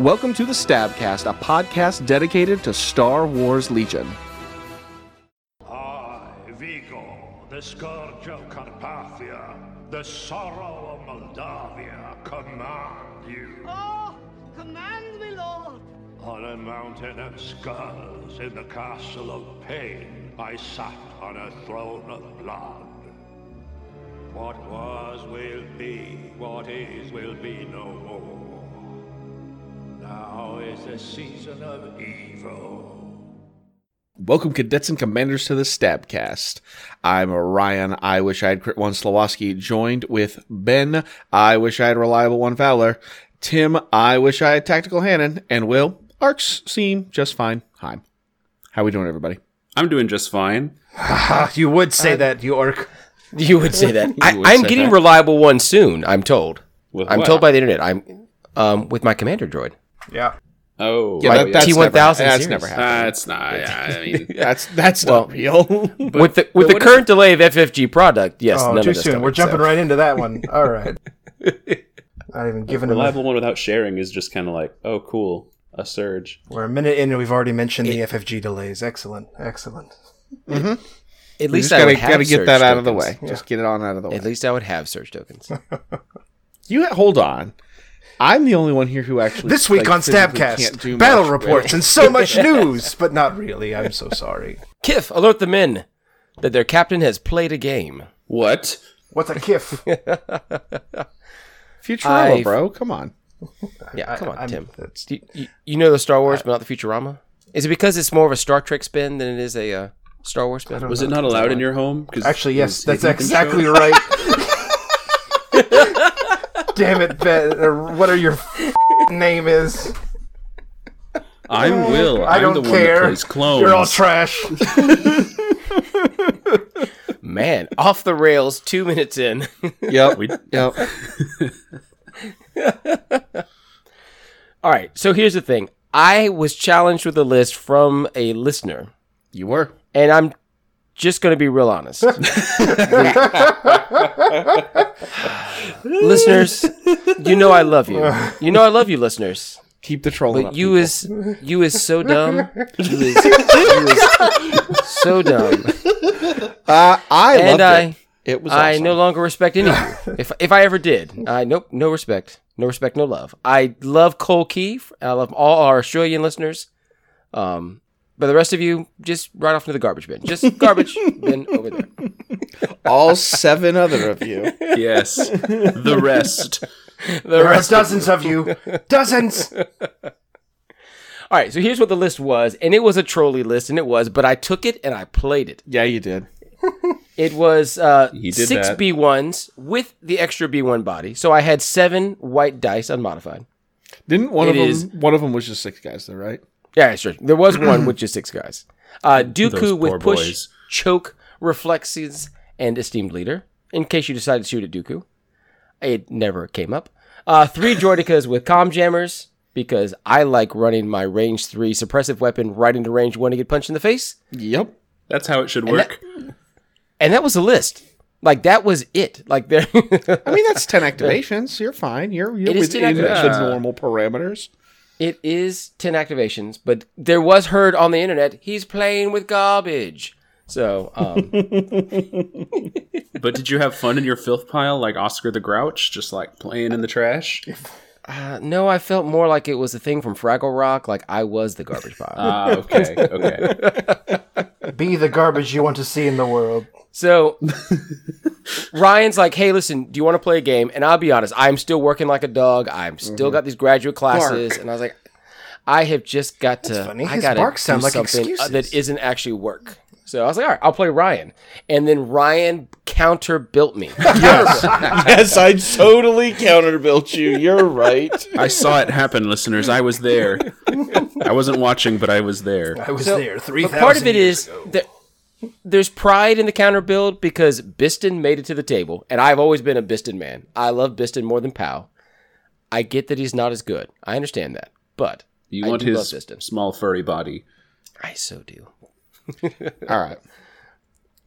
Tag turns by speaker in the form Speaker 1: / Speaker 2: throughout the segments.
Speaker 1: Welcome to the Stabcast, a podcast dedicated to Star Wars Legion.
Speaker 2: I, Vigo, the scourge of Carpathia, the sorrow of Moldavia, command you.
Speaker 3: Oh, command me, Lord.
Speaker 2: On a mountain of skulls in the castle of pain, I sat on a throne of blood. What was will be, what is will be no more. Now is the season of evil.
Speaker 1: Welcome, cadets and commanders, to the Stabcast. I'm Ryan. I wish I had crit one Slawoski, joined with Ben. I wish I had reliable one Fowler. Tim. I wish I had tactical Hannon, and Will. Arcs seem just fine. Hi, how we doing, everybody?
Speaker 4: I'm doing just fine.
Speaker 5: You would say that, you orc.
Speaker 6: You would say that. I,
Speaker 4: would
Speaker 6: I'm
Speaker 4: say
Speaker 6: getting
Speaker 4: that.
Speaker 6: reliable one soon. I'm told.
Speaker 4: With
Speaker 6: I'm
Speaker 4: what?
Speaker 6: told by the internet. I'm um, with my commander droid.
Speaker 5: Yeah.
Speaker 4: Oh,
Speaker 1: Yeah,
Speaker 4: yeah,
Speaker 1: that- that's never-
Speaker 6: T1000
Speaker 1: That's
Speaker 6: series.
Speaker 1: never happened.
Speaker 4: that's not. Yeah, I mean,
Speaker 1: That's that's
Speaker 6: Well-
Speaker 1: not real.
Speaker 6: with the
Speaker 4: but
Speaker 6: with the
Speaker 4: what
Speaker 6: current delay of FFG product, yes,
Speaker 5: Oh,
Speaker 6: none
Speaker 5: too
Speaker 6: of this
Speaker 5: soon. We're jumping right into that one. All right. Not even giving him. A,
Speaker 4: reliable one without sharing is just kind of like, oh, cool, a surge.
Speaker 5: we're a minute in, and we've already mentioned the FFG delays. Excellent. Excellent.
Speaker 6: At
Speaker 1: We
Speaker 6: least
Speaker 1: just
Speaker 6: I
Speaker 1: gotta
Speaker 6: would have
Speaker 1: gotta get
Speaker 6: surge
Speaker 1: that out of the way.
Speaker 6: tokens.
Speaker 1: Just get it on out of the way.
Speaker 6: At least I would have surge tokens.
Speaker 1: You hold on. I'm the only one here who actually
Speaker 5: This week
Speaker 1: like,
Speaker 5: on
Speaker 1: physically can't do
Speaker 5: Stabcast, battle
Speaker 1: much with-
Speaker 5: reports and so much news, but not really. I'm so sorry.
Speaker 6: Kif, alert the men that their captain has played a game.
Speaker 4: What?
Speaker 5: What's a kiff?
Speaker 1: Futurama,
Speaker 6: I've-
Speaker 1: bro. Come on.
Speaker 6: Yeah, come on,
Speaker 5: I'm-
Speaker 6: Tim.
Speaker 5: that's-
Speaker 6: You, you, you know the Star Wars, but not the Futurama. Is it because it's more of a Star Trek spin than it is a uh, Star Wars spin?
Speaker 4: Was it not allowed in your home? 'Cause
Speaker 5: Actually,
Speaker 4: it
Speaker 5: yes,
Speaker 4: was
Speaker 5: that's
Speaker 4: hidden and
Speaker 5: exactly
Speaker 4: shown?
Speaker 5: right. Damn it, Ben. or What are your f- name is?
Speaker 4: I'm Will.
Speaker 5: I
Speaker 4: am
Speaker 5: don't
Speaker 4: the One that
Speaker 5: care.
Speaker 4: plays clones.
Speaker 5: You're all trash.
Speaker 6: Man, off the rails. Two minutes in.
Speaker 1: Yep. yep.
Speaker 6: All right. So here's the thing. I was challenged with a list from a listener.
Speaker 1: You were.
Speaker 6: and I'm just going to be real honest. listeners, you know I love you. You know I love you, listeners.
Speaker 1: Keep the trolling.
Speaker 6: But
Speaker 1: up,
Speaker 6: you
Speaker 1: people.
Speaker 6: is you is so dumb. You is, you is so dumb,
Speaker 1: Uh, I
Speaker 6: and
Speaker 1: loved
Speaker 6: I
Speaker 1: it. It was.
Speaker 6: I
Speaker 1: awesome.
Speaker 6: no longer respect any of you. If if I ever did, I nope, no respect, no respect, no love. I love Cole Keefe. I love all our Australian listeners. Um, but the rest of you, just right off into the garbage bin. Just garbage bin over there.
Speaker 1: all seven other of you.
Speaker 4: Yes, the rest.
Speaker 6: The
Speaker 5: There are
Speaker 6: rest
Speaker 5: dozens of you. Dozens.
Speaker 6: All right, so here's what the list was, and it was a trolley list, and it was, but I took it and I played it.
Speaker 1: Yeah, you did.
Speaker 6: It was uh,
Speaker 4: He did
Speaker 6: six
Speaker 4: that.
Speaker 6: B ones with the extra B one body, so I had seven white dice unmodified.
Speaker 1: Didn't one of
Speaker 6: It
Speaker 1: them?
Speaker 6: is-
Speaker 1: One of them was just six guys, though, right?
Speaker 6: Yeah, sure. There was one with just six guys. Uh,
Speaker 4: Those
Speaker 6: Dooku
Speaker 4: poor
Speaker 6: with push,
Speaker 4: boys.
Speaker 6: choke, reflexes, and esteemed leader. In case you decide to shoot at Dooku, it never came up. Uh, three droidicas with com jammers because I like running my range three suppressive weapon right into range one to get punched in the face.
Speaker 1: Yep.
Speaker 4: That's how it should work.
Speaker 6: and that was the list. Like that was it. Like there,
Speaker 1: I mean, that's ten activations. You're fine. You're you're
Speaker 6: It is 10
Speaker 1: within the
Speaker 6: activations.
Speaker 1: normal parameters.
Speaker 6: it is ten activations, but there was heard on the internet he's playing with garbage. So um,
Speaker 4: But did you have fun in your filth pile, like Oscar the Grouch, just like playing in the trash?
Speaker 6: uh, no, I felt more like it was a thing from Fraggle Rock. Like I was the garbage pile.
Speaker 4: Ah, okay, okay.
Speaker 5: Be the garbage you want to see in the world.
Speaker 6: So Ryan's like, hey, listen, do you want to play a game? And I'll be honest, I'm still working like a dog. I'm still
Speaker 5: Mm-hmm.
Speaker 6: got these graduate classes, and I was like, I have just got to.
Speaker 5: funny.
Speaker 6: I
Speaker 5: His
Speaker 6: got to
Speaker 5: barks
Speaker 6: do
Speaker 5: sound like
Speaker 6: something uh,
Speaker 5: excuses.
Speaker 6: that isn't actually work. So I was like, all right, I'll play Ryan, and then Ryan counter built me.
Speaker 1: yes, I totally counterbuilt you. You're right.
Speaker 4: I saw it happen, listeners. I was there. I wasn't watching, but I was there.
Speaker 5: I was
Speaker 6: So-
Speaker 5: there. Three
Speaker 6: but
Speaker 5: thousand.
Speaker 6: part of it is that there's pride in the counter build because Biston made it to the table, and I've always been a Biston man. I love Biston more than Pow. I get that he's not as good. I understand that, but
Speaker 4: You
Speaker 6: I
Speaker 4: want
Speaker 6: do love
Speaker 4: his
Speaker 6: Biston.
Speaker 4: small furry body.
Speaker 6: I so do.
Speaker 1: All right.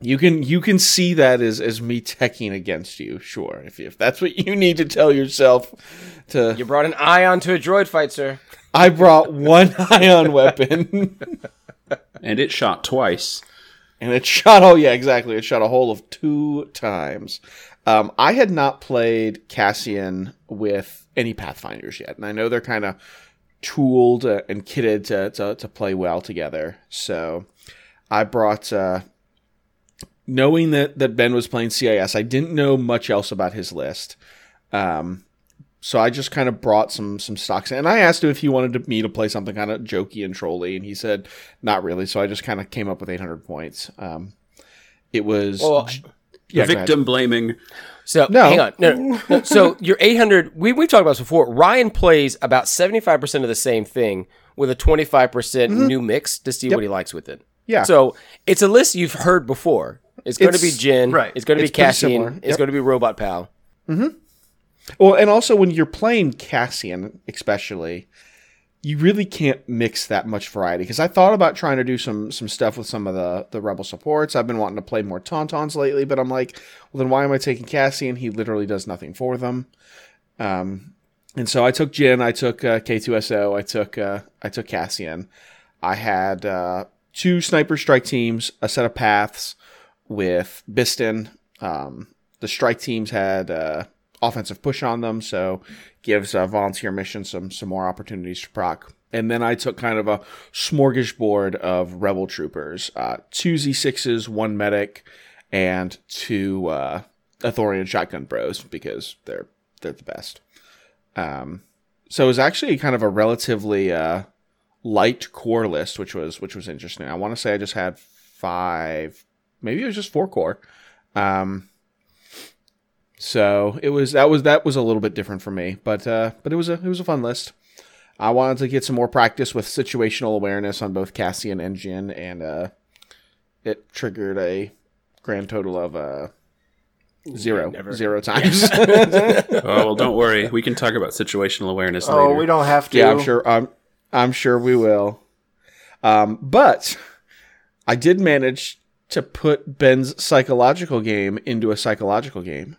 Speaker 1: You can you can see that as as me teching against you, sure. If if that's what you need to tell yourself to
Speaker 6: You brought an eye onto a droid fight, sir.
Speaker 1: I brought one ion weapon,
Speaker 4: and it shot twice.
Speaker 1: and it shot. Oh yeah, exactly. It shot a hole of two times. Um, I had not played Cassian with any Pathfinders yet, and I know they're kind of tooled uh, and kitted to, to to play well together. So I brought. Uh, knowing that, that Ben was playing CIS, I didn't know much else about his list. Um, so I just kind of brought some some stocks in. and I asked him if he wanted to, me to play something kind of jokey and trolly, and he said not really. So I just kind of came up with 800 points. Um, it was
Speaker 6: Well,
Speaker 1: yeah, go ahead.
Speaker 4: Victim blaming.
Speaker 6: So
Speaker 1: No.
Speaker 6: hang on. No, no, no. So your 800, we, we've talked about this before. Ryan plays about 75% of the same thing with a 25% percent new mix to see what he likes with it.
Speaker 1: Mm-hmm. Yeah.
Speaker 6: So it's a list you've heard before. It's going to be
Speaker 1: It's-
Speaker 6: Jin.
Speaker 5: right.
Speaker 6: It's going to be
Speaker 1: It's pretty
Speaker 6: Cassian.
Speaker 1: similar.
Speaker 6: It's
Speaker 1: Yep.
Speaker 6: going to be Robot Pal.
Speaker 1: Well, and also when you're playing Cassian, especially, you really can't mix that much variety. Because I thought about trying to do some some stuff with some of the the rebel supports. I've been wanting to play more Tauntauns lately, but I'm like, well, then why am I taking Cassian? He literally does nothing for them. Um, and so I took Jin, I took uh, K2SO, I took uh, I took Cassian. I had uh, two sniper strike teams, a set of paths with Biston. Um, the strike teams had uh, offensive push on them, so gives uh, volunteer missions some some more opportunities to proc. And then I took kind of a smorgasbord of rebel troopers: uh, two Z6s, one medic, and two uh, Athorian shotgun bros because they're they're the best. Um, so it was actually kind of a relatively uh, light core list, which was which was interesting. I want to say I just had five, maybe it was just four core. Um, so it was that was that was a little bit different for me, but uh, but it was a it was a fun list. I wanted to get some more practice with situational awareness on both Cassian and Jin, and uh, it triggered a grand total of uh, zero
Speaker 6: never-
Speaker 1: zero times.
Speaker 4: Oh well, don't worry. We can talk about situational awareness
Speaker 5: Oh,
Speaker 4: later.
Speaker 5: we don't have to.
Speaker 1: Yeah, I'm sure. I'm I'm sure we will. Um, but I did manage to put Ben's psychological game into a psychological game.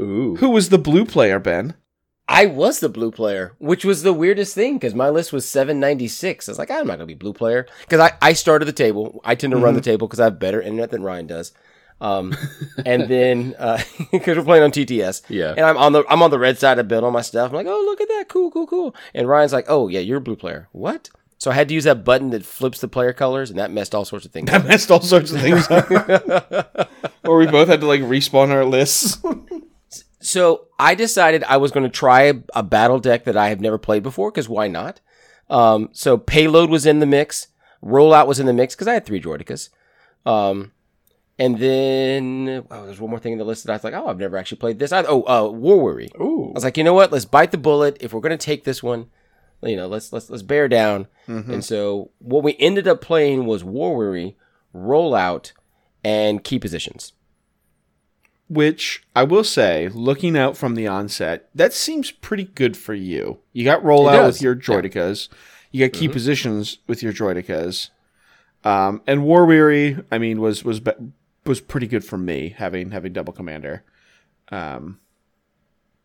Speaker 4: Ooh.
Speaker 1: Who was the blue player, Ben?
Speaker 6: I was the blue player, which was the weirdest thing because my list was 796. I was like, I'm not going to be blue player because I, I started the table. I tend to run the table because I have better internet than Ryan does. Um, and then because we're playing on TTS,
Speaker 4: Yeah.
Speaker 6: And I'm on the I'm on the red side of build all my stuff. I'm like, oh look at that, cool, cool, cool. And Ryan's like, oh yeah, you're a blue player. What? So I had to use that button that flips the player colors, and that messed all sorts of things.
Speaker 1: I
Speaker 6: up.
Speaker 1: messed all sorts of things up. or we both had to like respawn our lists.
Speaker 6: So I decided I was going to try a, a battle deck that I have never played before because why not? Um, so payload was in the mix, rollout was in the mix because I had three Droidicas. Um, and then oh, there's one more thing in the list that I was like, oh, I've never actually played this. I, oh, uh, War Weary. I was like, you know what? Let's bite the bullet. If we're going to take this one, you know, let's let's let's bear down. And so what we ended up playing was War Weary, rollout, and key positions.
Speaker 1: Which I will say, looking out from the onset, that seems pretty good for you. You got rollout
Speaker 6: does. Mm-hmm.
Speaker 1: with your droidicas. You got key positions with your droidicas. Um, and war weary, I mean, was was be- was pretty good for me having having double commander. Um,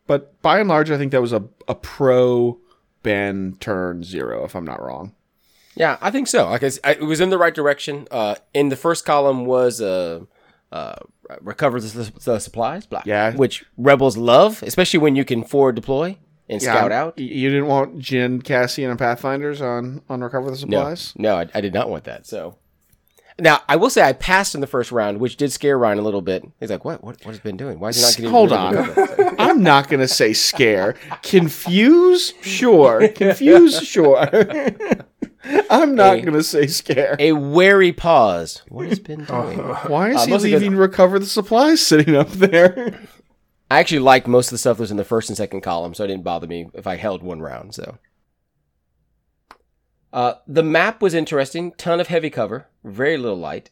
Speaker 1: but by and large, I think that was a a pro Ben turn zero, if I'm not wrong.
Speaker 6: Yeah, I think so. Like I, s- I- it was in the right direction. Uh, in the first column was uh, uh, recover the, s- the supplies, blah,
Speaker 1: Yeah.
Speaker 6: which rebels love, especially when you can forward deploy and scout out.
Speaker 1: Y- You didn't want Jin, Cassian, and Pathfinders on on recover the
Speaker 6: No,
Speaker 1: supplies.
Speaker 6: no, I, I did not want that. So now I will say I passed in the first round, which did scare Ryan a little bit. He's like, "What? What? What has been doing? Why is he not getting?"
Speaker 1: Hold
Speaker 6: rid of
Speaker 1: on.
Speaker 6: it?"
Speaker 1: I'm not gonna say scare. Confuse, sure. Confuse, sure. I'm not
Speaker 6: Hey.
Speaker 1: gonna say scare.
Speaker 6: A wary pause. What has been
Speaker 1: Uh-huh.
Speaker 6: doing?
Speaker 1: Why is
Speaker 6: Uh,
Speaker 1: he
Speaker 6: mostly 'cause-
Speaker 1: leaving recover the supplies sitting up there?
Speaker 6: I actually liked most of the stuff that was in the first and second column, so it didn't bother me if I held one round. So, uh, the map was interesting. Ton of heavy cover, very little light.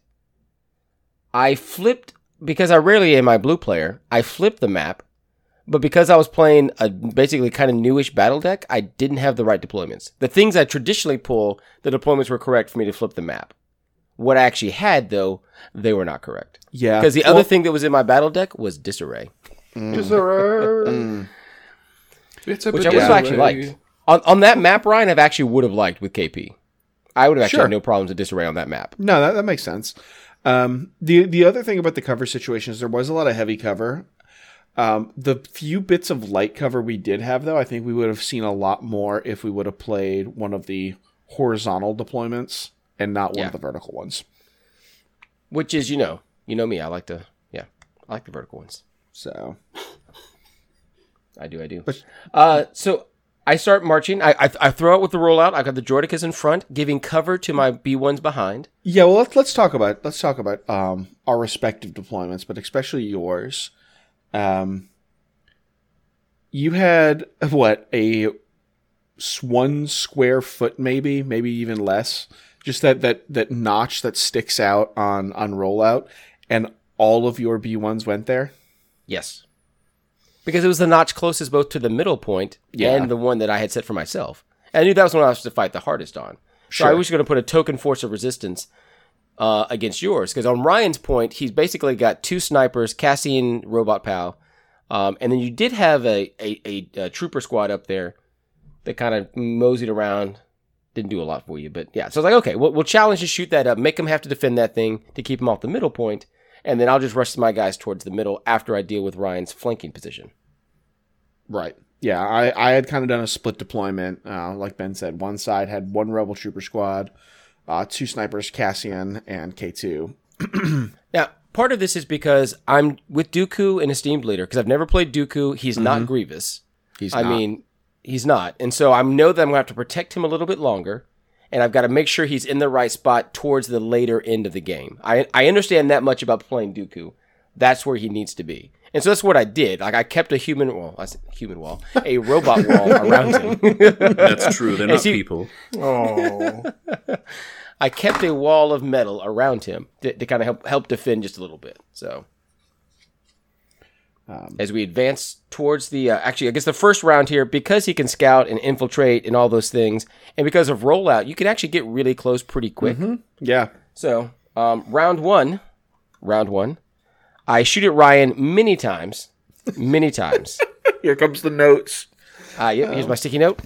Speaker 6: I flipped because I rarely am my blue player. I flipped the map, but because I was playing a basically kind of newish battle deck, I didn't have the right deployments. The things I traditionally pull, the deployments were correct for me to flip the map. What I actually had though, they were not correct
Speaker 1: Yeah.
Speaker 6: because the other thing that was in my battle deck was disarray.
Speaker 5: Deserve.
Speaker 4: It's a
Speaker 6: Which I also actually liked. on, on that map, Ryan, I've actually would have liked with KP. I would have actually
Speaker 1: Sure.
Speaker 6: had no problems with disarray on that map.
Speaker 1: No, that, that makes sense. Um, the the other thing about the cover situation is there was a lot of heavy cover. Um, the few bits of light cover we did have, though, I think we would have seen a lot more if we would have played one of the horizontal deployments and not one
Speaker 6: Yeah.
Speaker 1: of the vertical ones.
Speaker 6: Which is, you know, you know me. I like to, yeah, I like the vertical ones.
Speaker 1: So
Speaker 6: I do, I do.
Speaker 1: But-
Speaker 6: Uh, so I start marching. I, I I throw out with the rollout. I got the Jordicas in front, giving cover to my B ones behind.
Speaker 1: yeah, well let's let's talk about let's talk about um, our respective deployments, but especially yours. Um, you had what a s- one square foot, maybe maybe even less. Just that that that notch that sticks out on on rollout, and all of your B ones went there.
Speaker 6: Yes, because it was the notch closest both to the middle point
Speaker 1: Yeah.
Speaker 6: and the one that I had set for myself. And I knew that was when I was to fight the hardest on. So I
Speaker 1: Sure.
Speaker 6: was going to put a token force of resistance uh, against yours because on Ryan's point, he's basically got two snipers, Cassian, Robot Pal, um, and then you did have a a, a, a trooper squad up there that kind of moseyed around. Didn't do a lot for you, but yeah. So I was like, okay, we'll, we'll challenge to shoot that up, make them have to defend that thing to keep them off the middle point, and then I'll just rush my guys towards the middle after I deal with Ryan's flanking position.
Speaker 1: Right. Yeah, I, I had kind of done a split deployment. Uh, like Ben said, one side had one Rebel Trooper squad, uh, two snipers, Cassian and K2,
Speaker 6: Now, part of this is because I'm with Dooku and Esteemed Leader because I've never played Dooku. He's not Grievous.
Speaker 1: Mm-hmm. He's
Speaker 6: I
Speaker 1: not.
Speaker 6: mean, he's not. And so I know that I'm going to have to protect him a little bit longer. And I've got to make sure he's in the right spot towards the later end of the game. I, I understand that much about playing Dooku. That's where he needs to be. And so that's what I did. Like I kept a human wall, I said human wall, a robot wall around him.
Speaker 4: That's true. They're not
Speaker 6: he-
Speaker 4: people.
Speaker 5: Oh,
Speaker 6: I kept a wall of metal around him to, to kind of help help defend just a little bit. So as we advance towards the uh, actually, I guess the first round here because he can scout and infiltrate and all those things, and because of rollout, you can actually get really close pretty quick.
Speaker 1: Yeah.
Speaker 6: So um, round one, round one, I shoot at Ryan many times, many times.
Speaker 1: Here comes the notes.
Speaker 6: Ah, yep. Here's my sticky note.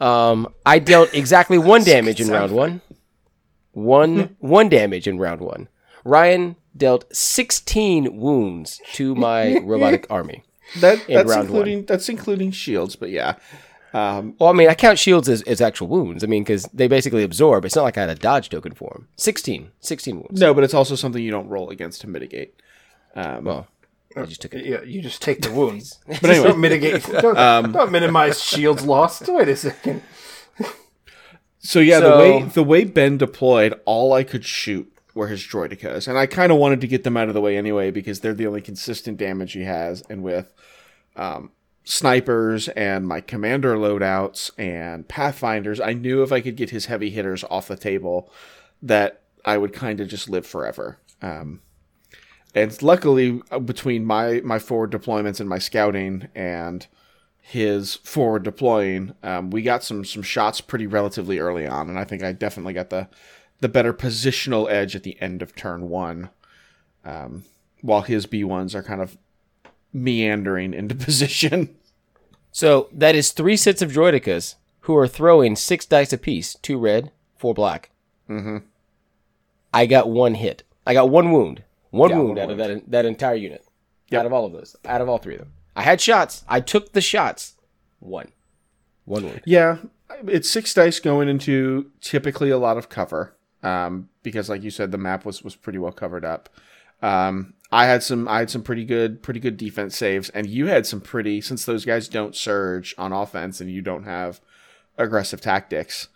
Speaker 6: Um, I dealt exactly one damage in round one. One one damage in round one. Ryan dealt sixteen wounds to my robotic army.
Speaker 1: That
Speaker 6: In
Speaker 1: that's
Speaker 6: round
Speaker 1: including that's including shields, but yeah.
Speaker 6: Well, I mean, I count shields as, as actual wounds. I mean, because they basically absorb. It's not like I had a dodge token for them. 16. 16 wounds.
Speaker 1: No, but it's also something you don't roll against to mitigate.
Speaker 6: Well, I just took it.
Speaker 5: yeah, you just take the wounds. But
Speaker 1: anyway.
Speaker 5: don't mitigate. Don't, don't minimize shields lost. Wait a second.
Speaker 1: So yeah, the
Speaker 6: So-
Speaker 1: way the way Ben deployed, all I could shoot were his droidicas, and I kind of wanted to get them out of the way anyway because they're the only consistent damage he has, and with um, snipers and my commander loadouts and pathfinders, I knew if I could get his heavy hitters off the table, that I would kind of just live forever. Um, and luckily, uh, between my my forward deployments and my scouting and his forward deploying, um, we got some some shots pretty relatively early on, and I think I definitely got the the better positional edge at the end of turn one, um, while his B ones are kind of meandering into position.
Speaker 6: So that is three sets of droidicas who are throwing six dice apiece two red, four black. Mm-hmm. I got one hit. I got one wound. One wound out of that, that entire unit. Out of all of those. Out of all three of them. I had shots. I took the shots. One. One wound.
Speaker 1: Yeah, it's six dice going into typically a lot of cover um, because, like you said, the map was was pretty well covered up. Um, I had some I had some pretty good pretty good defense saves, and you had some pretty since those guys don't surge on offense and you don't have aggressive tactics.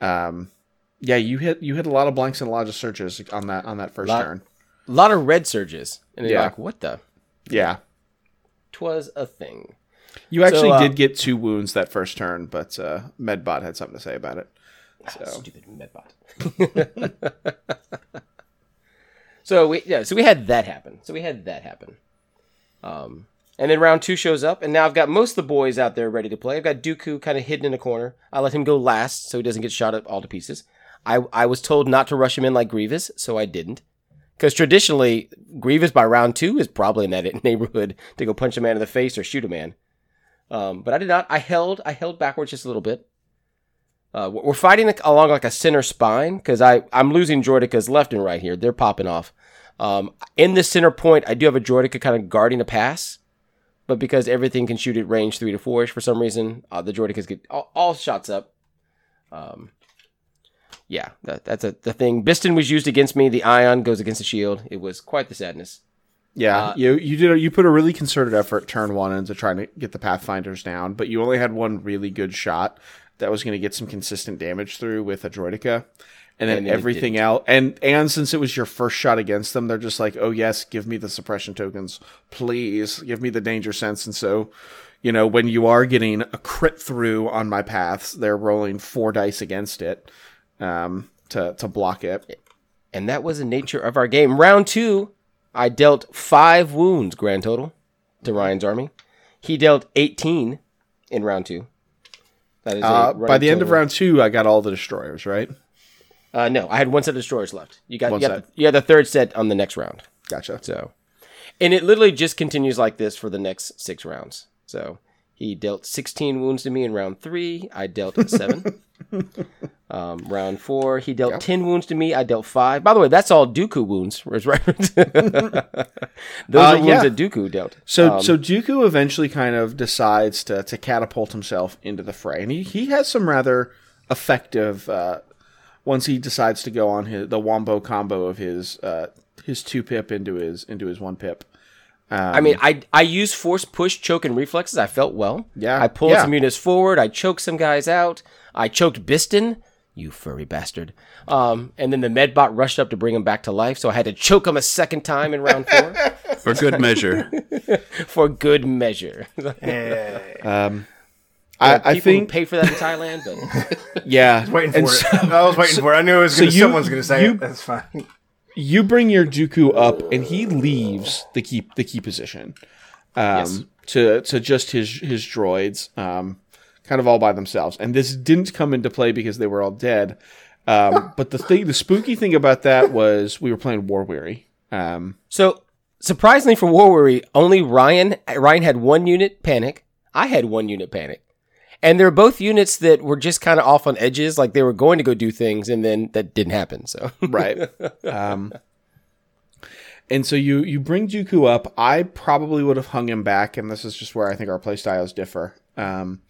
Speaker 1: Um, yeah, you hit you hit a lot of blanks and a lot of searches on that on that first
Speaker 6: Lot-
Speaker 1: turn.
Speaker 6: A lot of red surges. And you're
Speaker 1: Yeah.
Speaker 6: like, what the?
Speaker 1: Yeah,
Speaker 6: Twas a thing.
Speaker 1: you actually
Speaker 6: uh,
Speaker 1: did get two wounds that first turn, but uh, Medbot had something to say about it. So
Speaker 6: Stupid medbot. so we yeah, so we had that happen. So we had that happen. Um, and then round two shows up, and now I've got most of the boys out there ready to play. I've got Dooku kind of hidden in a corner. I let him go last so he doesn't get shot up all to pieces. I I was told not to rush him in like Grievous, so I didn't. Because traditionally, Grievous by round two is probably in that neighborhood to go punch a man in the face or shoot a man. Um, but I did not. I held. I held backwards just a little bit. Uh, we're we're fighting like- along like a center spine because I I'm losing Droidica's left and right here. They're popping off. Um, in the center point, I do have a Droidica kind of guarding a pass, but because everything can shoot at range three to four ish for some reason, uh, the Droidicas get all, all shots up. Um, yeah, that, that's a the thing. Biston was used against me. The Ion goes against the Shield. It was quite the sadness.
Speaker 1: Yeah,
Speaker 6: Uh,
Speaker 1: you you did a, you put a really concerted effort turn one into trying to get the pathfinders down, but you only had one really good shot that was going to get some consistent damage through with a droidica, and then
Speaker 6: And it
Speaker 1: everything else. And and since it was your first shot against them, they're just like, oh yes, give me the suppression tokens, please, give me the danger sense. And so, you know, when you are getting a crit through on my paths, they're rolling four dice against it, um, to to block it.
Speaker 6: And that was the nature of our game. Round two, I dealt five wounds grand total to Ryan's army. He dealt 18 in round two. That is a
Speaker 1: Uh, by
Speaker 6: running
Speaker 1: the end of
Speaker 6: total-
Speaker 1: round two, I got all the destroyers right.
Speaker 6: Uh, no, I had one set of destroyers left. You got,
Speaker 1: One
Speaker 6: you, got
Speaker 1: set.
Speaker 6: the, you got the third set on the next round.
Speaker 1: Gotcha.
Speaker 6: So, and it literally just continues like this for the next six rounds. So he dealt 16 wounds to me in round three. I dealt seven. um, round four, he dealt 10 wounds to me. I dealt five. By the way, that's all Dooku wounds. was right. Those are wounds
Speaker 1: yeah.
Speaker 6: that Dooku dealt.
Speaker 1: So
Speaker 6: Um,
Speaker 1: so Dooku eventually kind of decides to to catapult himself into the fray, and he, he has some rather effective uh, once he decides to go on his the wombo combo of his uh, his two pip into his into his one pip.
Speaker 6: I mean, I I use force, push, choke, and reflexes. I felt well.
Speaker 1: Mm. Yeah,
Speaker 6: I pulled
Speaker 1: yeah.
Speaker 6: some units forward. I choked some guys out. I choked Biston, you furry bastard. Um, and then the medbot rushed up to bring him back to life. So I had to choke him a second time in round four
Speaker 4: For good measure.
Speaker 6: for good measure.
Speaker 5: Hey,
Speaker 1: I, I
Speaker 6: People who
Speaker 1: think
Speaker 6: pay for that in Thailand, but
Speaker 1: yeah.
Speaker 5: waiting for
Speaker 1: And
Speaker 5: it.
Speaker 1: so
Speaker 5: I was waiting for it. I knew it was gonna,
Speaker 1: you-
Speaker 5: someone's going to say
Speaker 1: you-
Speaker 5: it. That's fine.
Speaker 1: you bring your Dooku up, and he leaves the key the key position. um, to to just his his droids, um, kind of all by themselves. And this didn't come into play because they were all dead. Um, but the thing, the spooky thing about that was we were playing War Weary. Um,
Speaker 6: so surprisingly for War Worry, only Ryan Ryan had one unit panic. I had one unit panic. And they're both units that were just kind of off on edges, like they were going to go do things, and then that didn't happen. So
Speaker 1: right. um, and so you you bring Dooku up. I probably would have hung him back, and this is just where I think our play styles differ. Um,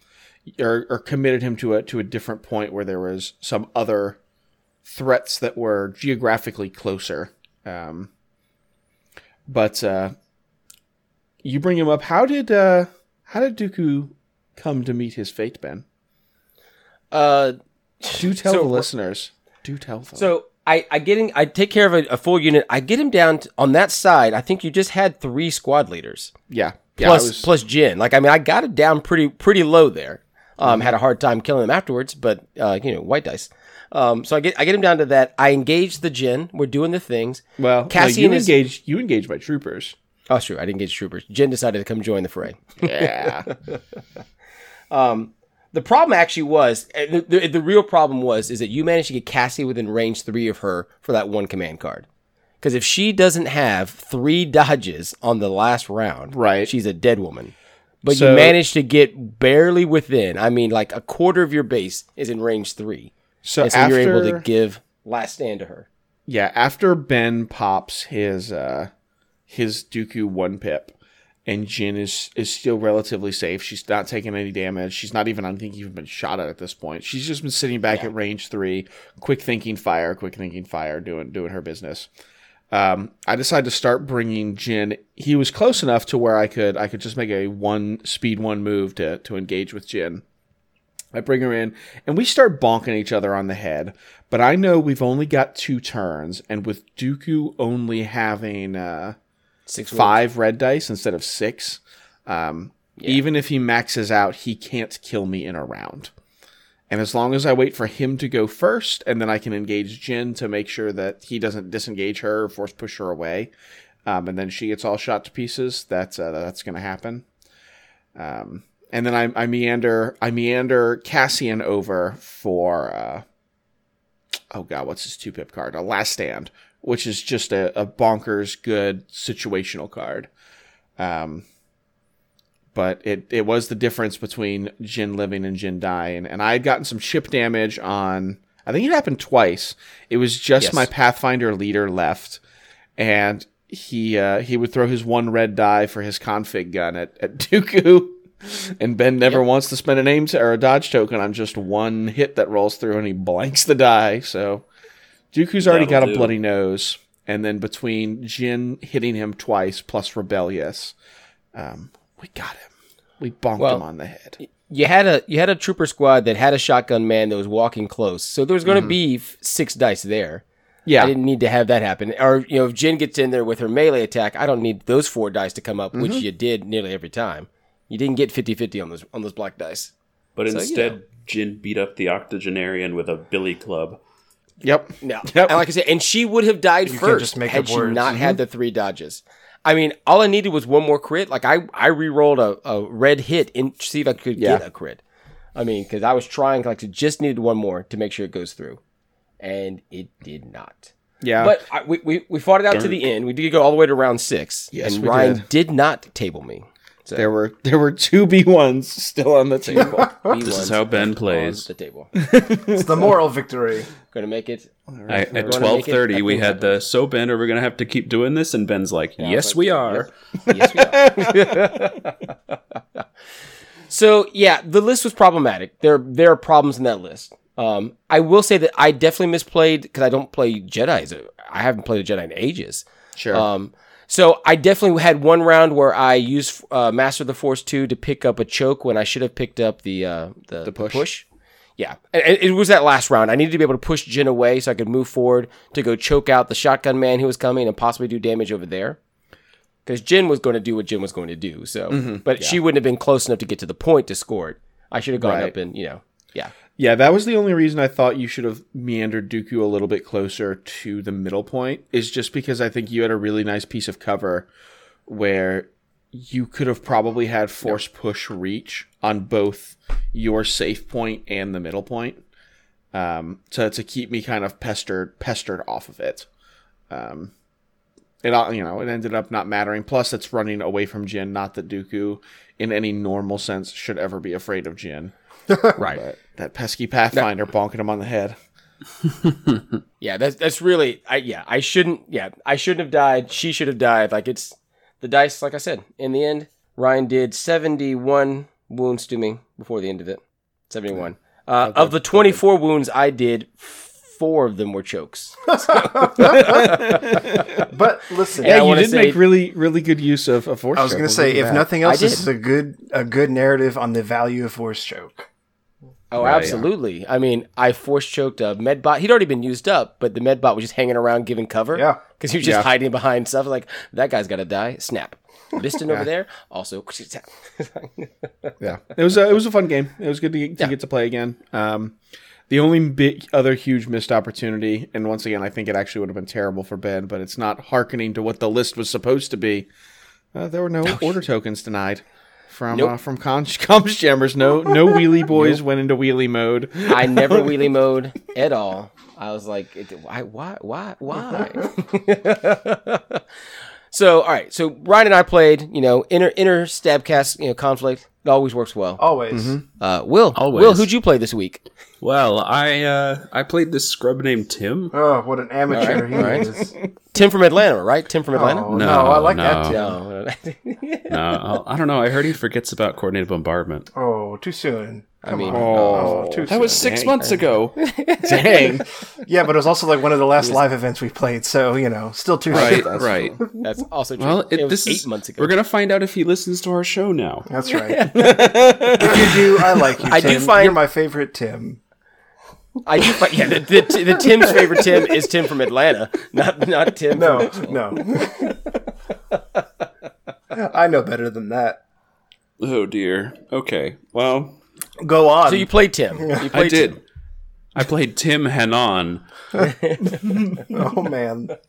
Speaker 1: or, or committed him to a to a different point where there was some other threats that were geographically closer. Um, but uh, you bring him up. How did uh, how did Dooku come to meet his fate, Ben?
Speaker 6: Uh,
Speaker 1: Do tell
Speaker 6: So-
Speaker 1: the listeners. Do tell them.
Speaker 6: so I, I get in, I take care of a, a full unit. I get him down t on that side. I think you just had three squad leaders
Speaker 1: yeah, yeah, I
Speaker 6: plus
Speaker 1: was-
Speaker 6: plus Jin. Like I mean, I got it down pretty pretty low there.
Speaker 1: Mm-hmm.
Speaker 6: Um, had a hard time killing him afterwards, but uh, you know, white dice. Um, so I get I get him down to that. I engage the Jin. We're doing the things.
Speaker 1: Well, no,
Speaker 6: Cassian
Speaker 1: you
Speaker 6: is-
Speaker 1: engaged. You engaged by troopers.
Speaker 6: Oh, sure, I didn't engage troopers. Jin decided to come join the fray.
Speaker 1: Yeah,
Speaker 6: The problem actually was and the, the, the real problem was is that you managed to get Cassie within range three of her for that one command card. Because if she doesn't have three dodges on the last round,
Speaker 1: Right.
Speaker 6: she's a dead woman. But
Speaker 1: So-
Speaker 6: you managed to get barely within. I mean, like a quarter of your base is in range three,
Speaker 1: so,
Speaker 6: and so
Speaker 1: after
Speaker 6: you're able to give last stand to her.
Speaker 1: yeah after Ben pops his uh his Dooku one pip, and Jin is is still relatively safe. She's not taking any damage. She's not even I don't think even been shot at at this point. She's just been sitting back at range three, quick thinking fire, quick thinking fire, doing doing her business. Um, I decided to start bringing Jin. He was close enough to where I could I could just make a one speed one move to to engage with Jin. I bring her in, and we start bonking each other on the head. But I know we've only got two turns, and with Dooku only having uh,
Speaker 6: Six
Speaker 1: five red dice instead of six, um, even if he maxes out, he can't kill me in a round. And as long as I wait for him to go first, and then I can engage Jin to make sure that he doesn't disengage her or force push her away, um, and then she gets all shot to pieces, that's uh, that's going to happen. Um, and then I, I meander, I meander Cassian over for, uh, oh god, what's his two pip card? A Last Stand, which is just a, a bonkers good situational card. Um, but it, it was the difference between Jin living and Jin dying. And I had gotten some chip damage on, I think it happened twice. It was just
Speaker 6: Yes.
Speaker 1: my Pathfinder leader left, and he uh, he would throw his one red die for his config gun at, at Dooku. And Ben never wants to spend an aim to, or a dodge token on just one hit that rolls through, and he blanks the die. So Dooku's already
Speaker 4: That'll
Speaker 1: got a
Speaker 4: do.
Speaker 1: bloody nose, and then between Jin hitting him twice plus rebellious, um, we got him. We bonked
Speaker 6: Well-
Speaker 1: him on the head.
Speaker 6: you had a you had a trooper squad that had a shotgun man that was walking close, so there was going to
Speaker 1: Mm-hmm.
Speaker 6: be f- six dice there.
Speaker 1: Yeah,
Speaker 6: I didn't need to have that happen. Or you know, if Jin gets in there with her melee attack, I don't need those four dice to come up, which
Speaker 5: Mm-hmm.
Speaker 6: you did nearly every time. You didn't get 50-50 on those on those black dice.
Speaker 4: But
Speaker 6: you
Speaker 4: instead,
Speaker 6: know.
Speaker 4: Jin beat up the octogenarian with a billy club.
Speaker 1: Yep.
Speaker 6: No,
Speaker 1: Yep.
Speaker 6: and like I said, and she would have died
Speaker 5: You can't
Speaker 6: first
Speaker 5: just make
Speaker 6: had
Speaker 5: up
Speaker 6: she
Speaker 5: words. Mm-hmm.
Speaker 6: not had the three dodges. I mean, all I needed was one more crit. Like I, I re-rolled a, a red hit in to see if I could
Speaker 1: Yeah.
Speaker 6: get a crit. I mean, because I was trying, like, to just needed one more to make sure it goes through, and it did not.
Speaker 1: Yeah.
Speaker 6: But I, we, we we fought it out to the end. We did go all the way to round six.
Speaker 1: Yes,
Speaker 6: and
Speaker 1: we
Speaker 6: Ryan
Speaker 1: did.
Speaker 6: did. not table me.
Speaker 1: there were there were two B ones still on the table.
Speaker 6: He
Speaker 4: This is
Speaker 6: was
Speaker 4: how Ben
Speaker 6: on
Speaker 4: plays.
Speaker 6: the table.
Speaker 5: It's the moral victory.
Speaker 6: Gonna make it.
Speaker 4: I, at
Speaker 6: Wanna
Speaker 4: twelve
Speaker 6: make it-
Speaker 4: thirty,
Speaker 6: I
Speaker 4: we
Speaker 6: think-
Speaker 4: had the so Ben, are we gonna have to keep doing this? And Ben's like, yes, we are.
Speaker 6: Yes, we are. so yeah, the list was problematic. There there are problems in that list. Um, I will say that I definitely misplayed because I don't play Jedi's. I haven't played a Jedi in ages.
Speaker 1: sure.
Speaker 6: Um, so I definitely had one round where I used uh, Master of the Force two to pick up a choke when I should have picked up the uh, the, the
Speaker 1: push.
Speaker 6: push. Yeah, And- and it was that last round. I needed to be able to push Jin away so I could move forward to go choke out the shotgun man who was coming and possibly do damage over there. Because Jin was going to do what Jin was going to do. So,
Speaker 1: Mm-hmm.
Speaker 6: but she wouldn't have been close enough to get to the point to score it. I should have gone
Speaker 1: Right.
Speaker 6: up and you know, yeah,
Speaker 1: yeah, that was the only reason I thought you should have meandered Dooku a little bit closer to the middle point is just because I think you had a really nice piece of cover where you could have probably had force push reach on both your safe point and the middle point um, to to keep me kind of pestered pestered off of it. Um, it all you know it ended up not mattering. Plus, it's running away from Jin. Not that Dooku, in any normal sense, should ever be afraid of Jin.
Speaker 6: right.
Speaker 1: That pesky Pathfinder bonking him on the head.
Speaker 6: Yeah, that's that's really I yeah, I shouldn't yeah, I shouldn't have died. She should have died. Like it's the dice, like I said, in the end, Ryan did seventy one wounds to me before the end of it. Seventy one. Uh, of the twenty four wounds I did, four of them were chokes.
Speaker 5: But listen,
Speaker 6: Yeah, I
Speaker 1: you
Speaker 6: wanna
Speaker 1: did
Speaker 6: say-
Speaker 1: make really, really good use of a force.
Speaker 5: I was
Speaker 1: choke.
Speaker 5: going
Speaker 1: We'll
Speaker 5: to say,
Speaker 1: give you
Speaker 5: if
Speaker 1: that.
Speaker 5: nothing
Speaker 6: I
Speaker 5: else, this
Speaker 6: did.
Speaker 5: is a good a good narrative on the value of force choke.
Speaker 6: Oh, absolutely. I mean, I force choked a medbot. He'd already been used up, but the medbot was just hanging around giving cover.
Speaker 5: Yeah.
Speaker 6: Because he was just
Speaker 1: Yeah.
Speaker 6: hiding behind stuff. Like, that guy's got to die. Snap. Biston over there also.
Speaker 1: yeah, it was a, it was a fun game. It was good to, get- to get to play again. Um, the only big other huge missed opportunity, and once again, I think it actually would have been terrible for Ben, but it's not hearkening to what the list was supposed to be. Uh, there were no order tokens denied from uh,
Speaker 6: Nope.
Speaker 1: from conch, conch jammers. No, no wheelie boys went into wheelie mode.
Speaker 6: I never wheelie mode at all. I was like, it, why, why, why, why? so, all right. So Ryan and I played. You know, inner inner stabcast. You know, conflict. It always works well.
Speaker 5: Always.
Speaker 6: Uh, Will,
Speaker 4: Oh. Always.
Speaker 6: Will, who'd you play this week?
Speaker 4: Well, I uh, I played this scrub named Tim.
Speaker 5: Oh, what an amateur he
Speaker 6: alright.
Speaker 5: is.
Speaker 6: Tim from Atlanta, right? Tim from Atlanta.
Speaker 5: Oh, no, I like that
Speaker 4: no.
Speaker 5: too.
Speaker 6: No,
Speaker 4: No, I'll- I don't know. I heard he forgets about coordinated bombardment.
Speaker 5: Oh, too soon.
Speaker 6: I mean,
Speaker 1: Oh,
Speaker 5: too
Speaker 4: That was six months ago.
Speaker 1: dang!
Speaker 5: Yeah, but it was also like one of the last live events we played, so you know, still too
Speaker 4: Right,
Speaker 5: soon.
Speaker 4: right.
Speaker 6: that's also true.
Speaker 4: Well, it,
Speaker 6: it was
Speaker 4: this
Speaker 6: eight
Speaker 4: is
Speaker 6: months ago.
Speaker 4: We're gonna find out if he listens to our show now.
Speaker 5: That's right. if you do, I like you.
Speaker 6: I do
Speaker 5: Tim.
Speaker 6: find-
Speaker 5: you're my favorite Tim.
Speaker 6: I do. Find, yeah, the, the, the Tim's favorite Tim is Tim from Atlanta, not not Tim. from
Speaker 5: No,
Speaker 6: Nashville.
Speaker 5: no. I know better than that.
Speaker 4: Oh dear. Okay. Well,
Speaker 5: Go on.
Speaker 6: So you played Tim. You played
Speaker 4: I
Speaker 6: Tim.
Speaker 4: did. I played Tim Hanon,
Speaker 5: oh man,
Speaker 6: That's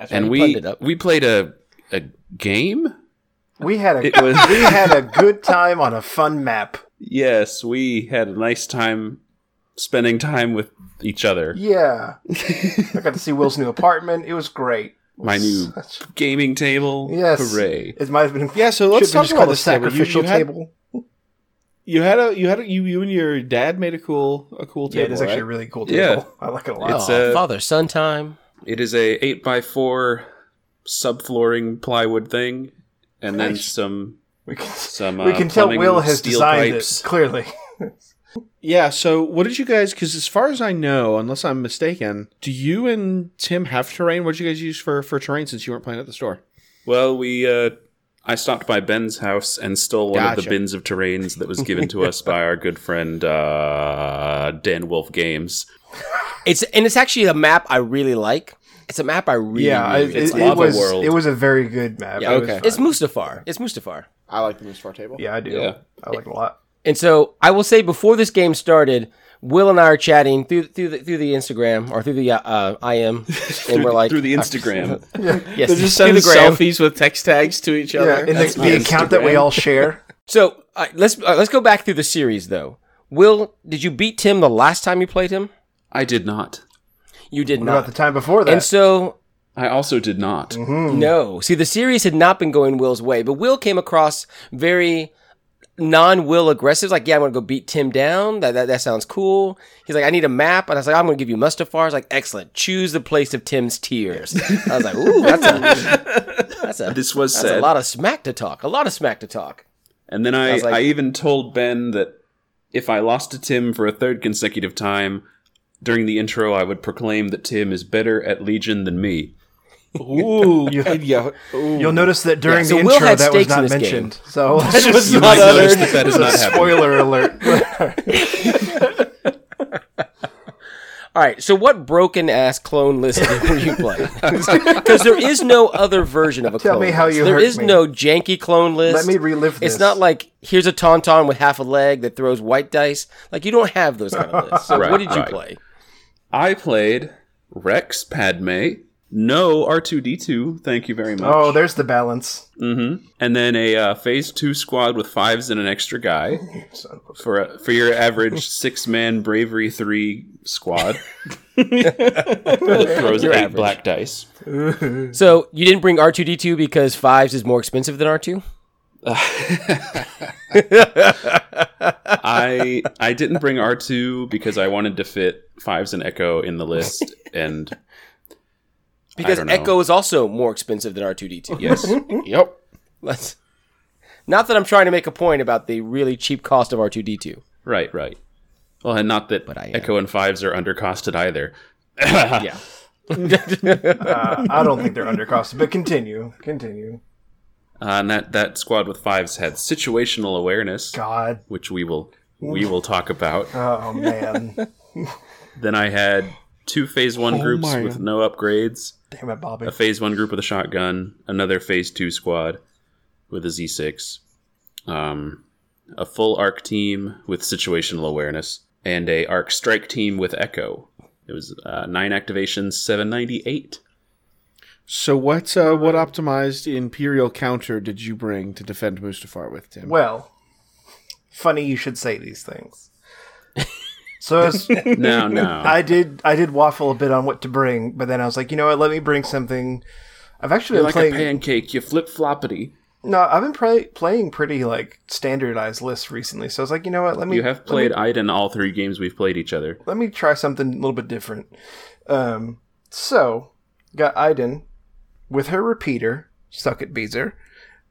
Speaker 6: right,
Speaker 4: and
Speaker 6: you
Speaker 4: we
Speaker 6: plugged it up.
Speaker 4: we played a a game.
Speaker 5: we had a
Speaker 4: It was
Speaker 5: we had a good time on a fun map.
Speaker 4: yes, we had a nice time spending time with each other.
Speaker 5: Yeah, I got to see Will's new apartment. It was great.
Speaker 4: my new gaming table.
Speaker 5: Yes.
Speaker 4: Hooray.
Speaker 5: It might have been.
Speaker 1: Yeah, so let's
Speaker 5: should've been
Speaker 1: talk
Speaker 5: just
Speaker 1: about
Speaker 5: called a
Speaker 1: this table. You-
Speaker 5: sacrificial
Speaker 1: you had-
Speaker 5: table.
Speaker 1: You had a you had a, you you and your dad made a cool a cool
Speaker 5: Yeah,
Speaker 1: table.
Speaker 5: it is actually
Speaker 1: right?
Speaker 5: a really cool table.
Speaker 4: Yeah.
Speaker 5: I like it a lot.
Speaker 4: It's
Speaker 6: Oh,
Speaker 4: a-
Speaker 6: father son time.
Speaker 4: It is a eight by four subflooring plywood thing, and then
Speaker 5: Nice.
Speaker 4: some
Speaker 5: we can,
Speaker 4: some.
Speaker 5: we
Speaker 4: uh,
Speaker 5: can tell
Speaker 4: plumbing
Speaker 5: Will
Speaker 4: with
Speaker 5: has
Speaker 4: steel
Speaker 5: designed
Speaker 4: pipes.
Speaker 5: it clearly.
Speaker 1: Yeah. So, what did you guys? Because as far as I know, unless I'm mistaken, do you and Tim have terrain? What did you guys use for for terrain since you weren't playing at the store?
Speaker 4: Well, we uh, I stopped by Ben's house and stole one of
Speaker 1: Gotcha.
Speaker 4: the bins of terrains that was given to us by our good friend uh, Dan Wolf Games.
Speaker 6: It's and it's actually a map I really like. It's a map I really,
Speaker 5: yeah, I-
Speaker 6: really
Speaker 5: it,
Speaker 4: it's
Speaker 5: it
Speaker 4: lava
Speaker 5: was.
Speaker 4: world.
Speaker 5: It was a very good map.
Speaker 6: Yeah,
Speaker 5: It was
Speaker 1: okay.
Speaker 5: fun.
Speaker 6: It's Mustafar. It's Mustafar.
Speaker 1: I like the Mustafar table.
Speaker 5: yeah, I do.
Speaker 4: Yeah.
Speaker 5: I like it a lot.
Speaker 6: And so I will say before this game started, Will and I are chatting through through the, through the Instagram or through the uh, uh, IM, and we're like
Speaker 4: through the Instagram.
Speaker 6: yes,
Speaker 1: They're just
Speaker 6: through
Speaker 1: sending
Speaker 6: the gram.
Speaker 1: selfies with text tags to each
Speaker 5: Yeah,
Speaker 1: other.
Speaker 5: and the, the account that we all share.
Speaker 6: So uh, let's uh, let's go back through the series though. Will, did you beat Tim the last time you played him?
Speaker 4: I did not.
Speaker 6: You did
Speaker 5: What about the
Speaker 6: not.
Speaker 5: time before that?
Speaker 6: And so
Speaker 4: I also did not.
Speaker 6: No. See, the series had not been going Will's way, but Will came across very non-Will aggressive. Like, yeah, I'm going to go beat Tim down. That, that that sounds cool. He's like, I need a map. And I was like, I'm going to give you Mustafar. He's like, excellent. Choose the place of Tim's tears. I was like, ooh, that's a, that's a,
Speaker 4: This was
Speaker 6: that's a
Speaker 4: said.
Speaker 6: lot of smack to talk. A lot of smack to talk.
Speaker 4: And then I,
Speaker 6: Sounds like-
Speaker 4: I even told Ben that if I lost to Tim for a third consecutive time during the intro, I would proclaim that Tim is better at Legion than me.
Speaker 1: Ooh, and yeah. ooh.
Speaker 5: You'll notice that during
Speaker 6: Yeah, so
Speaker 5: the
Speaker 6: Will
Speaker 5: intro
Speaker 6: had
Speaker 5: that was
Speaker 6: stakes in
Speaker 5: not
Speaker 6: this game.
Speaker 5: mentioned. So
Speaker 1: That was
Speaker 4: You
Speaker 1: not
Speaker 4: might notice
Speaker 1: uttered.
Speaker 4: that that is not happening.
Speaker 5: spoiler alert.
Speaker 6: All right, so what broken ass clone list were you playing? Because there is no other version of a
Speaker 5: Tell
Speaker 6: clone
Speaker 5: me how
Speaker 6: list.
Speaker 5: you
Speaker 6: There
Speaker 5: hurt
Speaker 6: is
Speaker 5: me.
Speaker 6: no janky clone list.
Speaker 5: Let me relive this.
Speaker 6: It's not like here's a tauntaun with half a leg that throws white dice. Like you don't have those kind of lists. So
Speaker 4: Right,
Speaker 6: what did you
Speaker 4: right.
Speaker 6: play?
Speaker 4: I played Rex Padme. No R2D2, thank you very much.
Speaker 5: Oh, there's the balance.
Speaker 4: And then a uh, phase two squad with fives and an extra guy for a, for your average six man bravery three squad. that throws eight
Speaker 6: average.
Speaker 4: black dice.
Speaker 6: So you didn't bring R two D two because fives is more expensive than R two.
Speaker 4: I I didn't bring R two because I wanted to fit fives and Echo in the list, and
Speaker 6: Because
Speaker 4: don't know.
Speaker 6: Echo is also more expensive than R two D two.
Speaker 4: yes,
Speaker 1: Yep.
Speaker 6: Let's. Not that I'm trying to make a point about the really cheap cost of R two D two.
Speaker 4: right, right. Well, and not that
Speaker 6: I am.
Speaker 4: Echo and fives are undercosted either.
Speaker 6: Yeah.
Speaker 5: Uh, I don't think they're undercosted, but continue. Continue.
Speaker 4: Uh, and that that squad with fives had situational awareness,
Speaker 5: God.
Speaker 4: which we will we will talk about.
Speaker 5: Oh, man.
Speaker 4: Then I had two phase one
Speaker 5: oh
Speaker 4: groups with no upgrades,
Speaker 5: Damn it, Bobby.
Speaker 4: a phase one group with a shotgun, another phase two squad with a Z6, um, a full arc team with situational awareness, and a arc strike team with echo. It was uh, nine activations, 798.
Speaker 1: So what uh, what optimized imperial counter did you bring to defend Mustafar with Tim?
Speaker 5: Well, funny you should say these things. So as,
Speaker 4: No, no.
Speaker 5: I did, I did waffle a bit on what to bring, but then I was like, you know what? Let me bring something. I've actually
Speaker 4: You're
Speaker 5: been
Speaker 4: like
Speaker 5: playing.
Speaker 4: a pancake, you flip floppity.
Speaker 5: no, I've been play, playing pretty like standardized lists recently. So I was like, you know what? Let me.
Speaker 4: You have played Iden all three games we've played each other.
Speaker 5: let me try something a little bit different. Um, so, got Iden with her repeater, suck it, Beezer,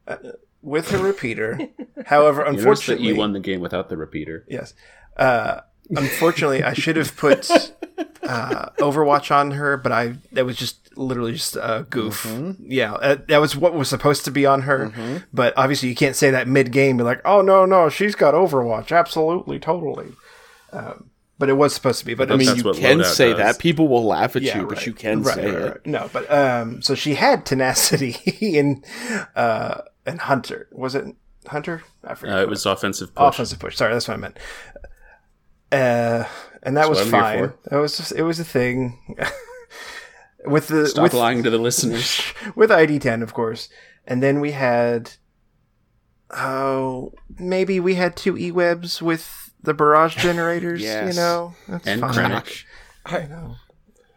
Speaker 5: uh, with her repeater. However,
Speaker 4: You noticed that
Speaker 5: unfortunately,
Speaker 4: you won the game without the repeater.
Speaker 5: yes. Uh, unfortunately, I should have put uh, Overwatch on her, but I that was just literally just a goof.
Speaker 1: Mm-hmm.
Speaker 5: Yeah, uh, that was what was supposed to be on her, but obviously you can't say that mid game. Be like, oh no, no, she's got Overwatch, absolutely, totally. Um, but it was supposed to be. But
Speaker 1: I mean,
Speaker 4: That's
Speaker 1: you
Speaker 4: what
Speaker 1: can
Speaker 4: loadout
Speaker 1: say
Speaker 4: does.
Speaker 1: that. People will laugh at
Speaker 5: Yeah,
Speaker 1: you,
Speaker 5: right.
Speaker 1: but you can
Speaker 5: right,
Speaker 1: say
Speaker 5: right,
Speaker 1: it.
Speaker 5: right. No, but um, so she had tenacity and uh, and Hunter was it Hunter? I forget.
Speaker 4: Uh, it was offensive push.
Speaker 5: offensive push. Sorry, that's what I meant. Uh, and that was
Speaker 4: what I'm here
Speaker 5: fine. That was just, it was a thing with the
Speaker 4: Stop
Speaker 5: with
Speaker 4: lying to the listeners.
Speaker 5: with ID ten, of course. And then we had oh maybe we had two e webs with the barrage generators.
Speaker 1: Yes.
Speaker 5: You know, that's
Speaker 4: and
Speaker 5: fine.
Speaker 4: Krennic.
Speaker 5: I know.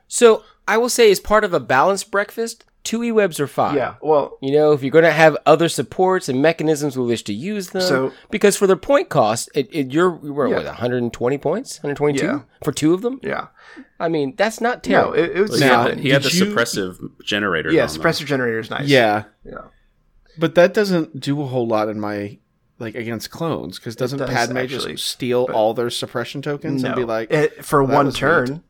Speaker 6: So I will say, as part of a balanced breakfast, two e-webs are fine.
Speaker 5: Yeah. Well,
Speaker 6: You know, if you're going to have other supports and mechanisms, we wish to use them.
Speaker 5: So-
Speaker 6: because for their point cost, it, it you're we were
Speaker 5: Yeah.
Speaker 6: what 120 points, 122
Speaker 5: Yeah.
Speaker 6: for two of them.
Speaker 5: yeah.
Speaker 6: I mean, that's not
Speaker 5: No,
Speaker 6: terrible.
Speaker 5: it, it was
Speaker 1: Now-
Speaker 4: Yeah,
Speaker 5: solid.
Speaker 4: he had the
Speaker 1: Did you-
Speaker 4: suppressive generator.
Speaker 5: Yeah,
Speaker 4: on them.
Speaker 5: suppressor generator is nice.
Speaker 1: Yeah,
Speaker 5: Yeah.
Speaker 1: but that doesn't do a whole lot in my like against clones because doesn't
Speaker 5: does,
Speaker 1: Padme
Speaker 5: actually,
Speaker 1: just steal all their suppression tokens
Speaker 5: No.
Speaker 1: and be like,
Speaker 5: It- for
Speaker 1: that
Speaker 5: one
Speaker 1: was neat.
Speaker 5: turn.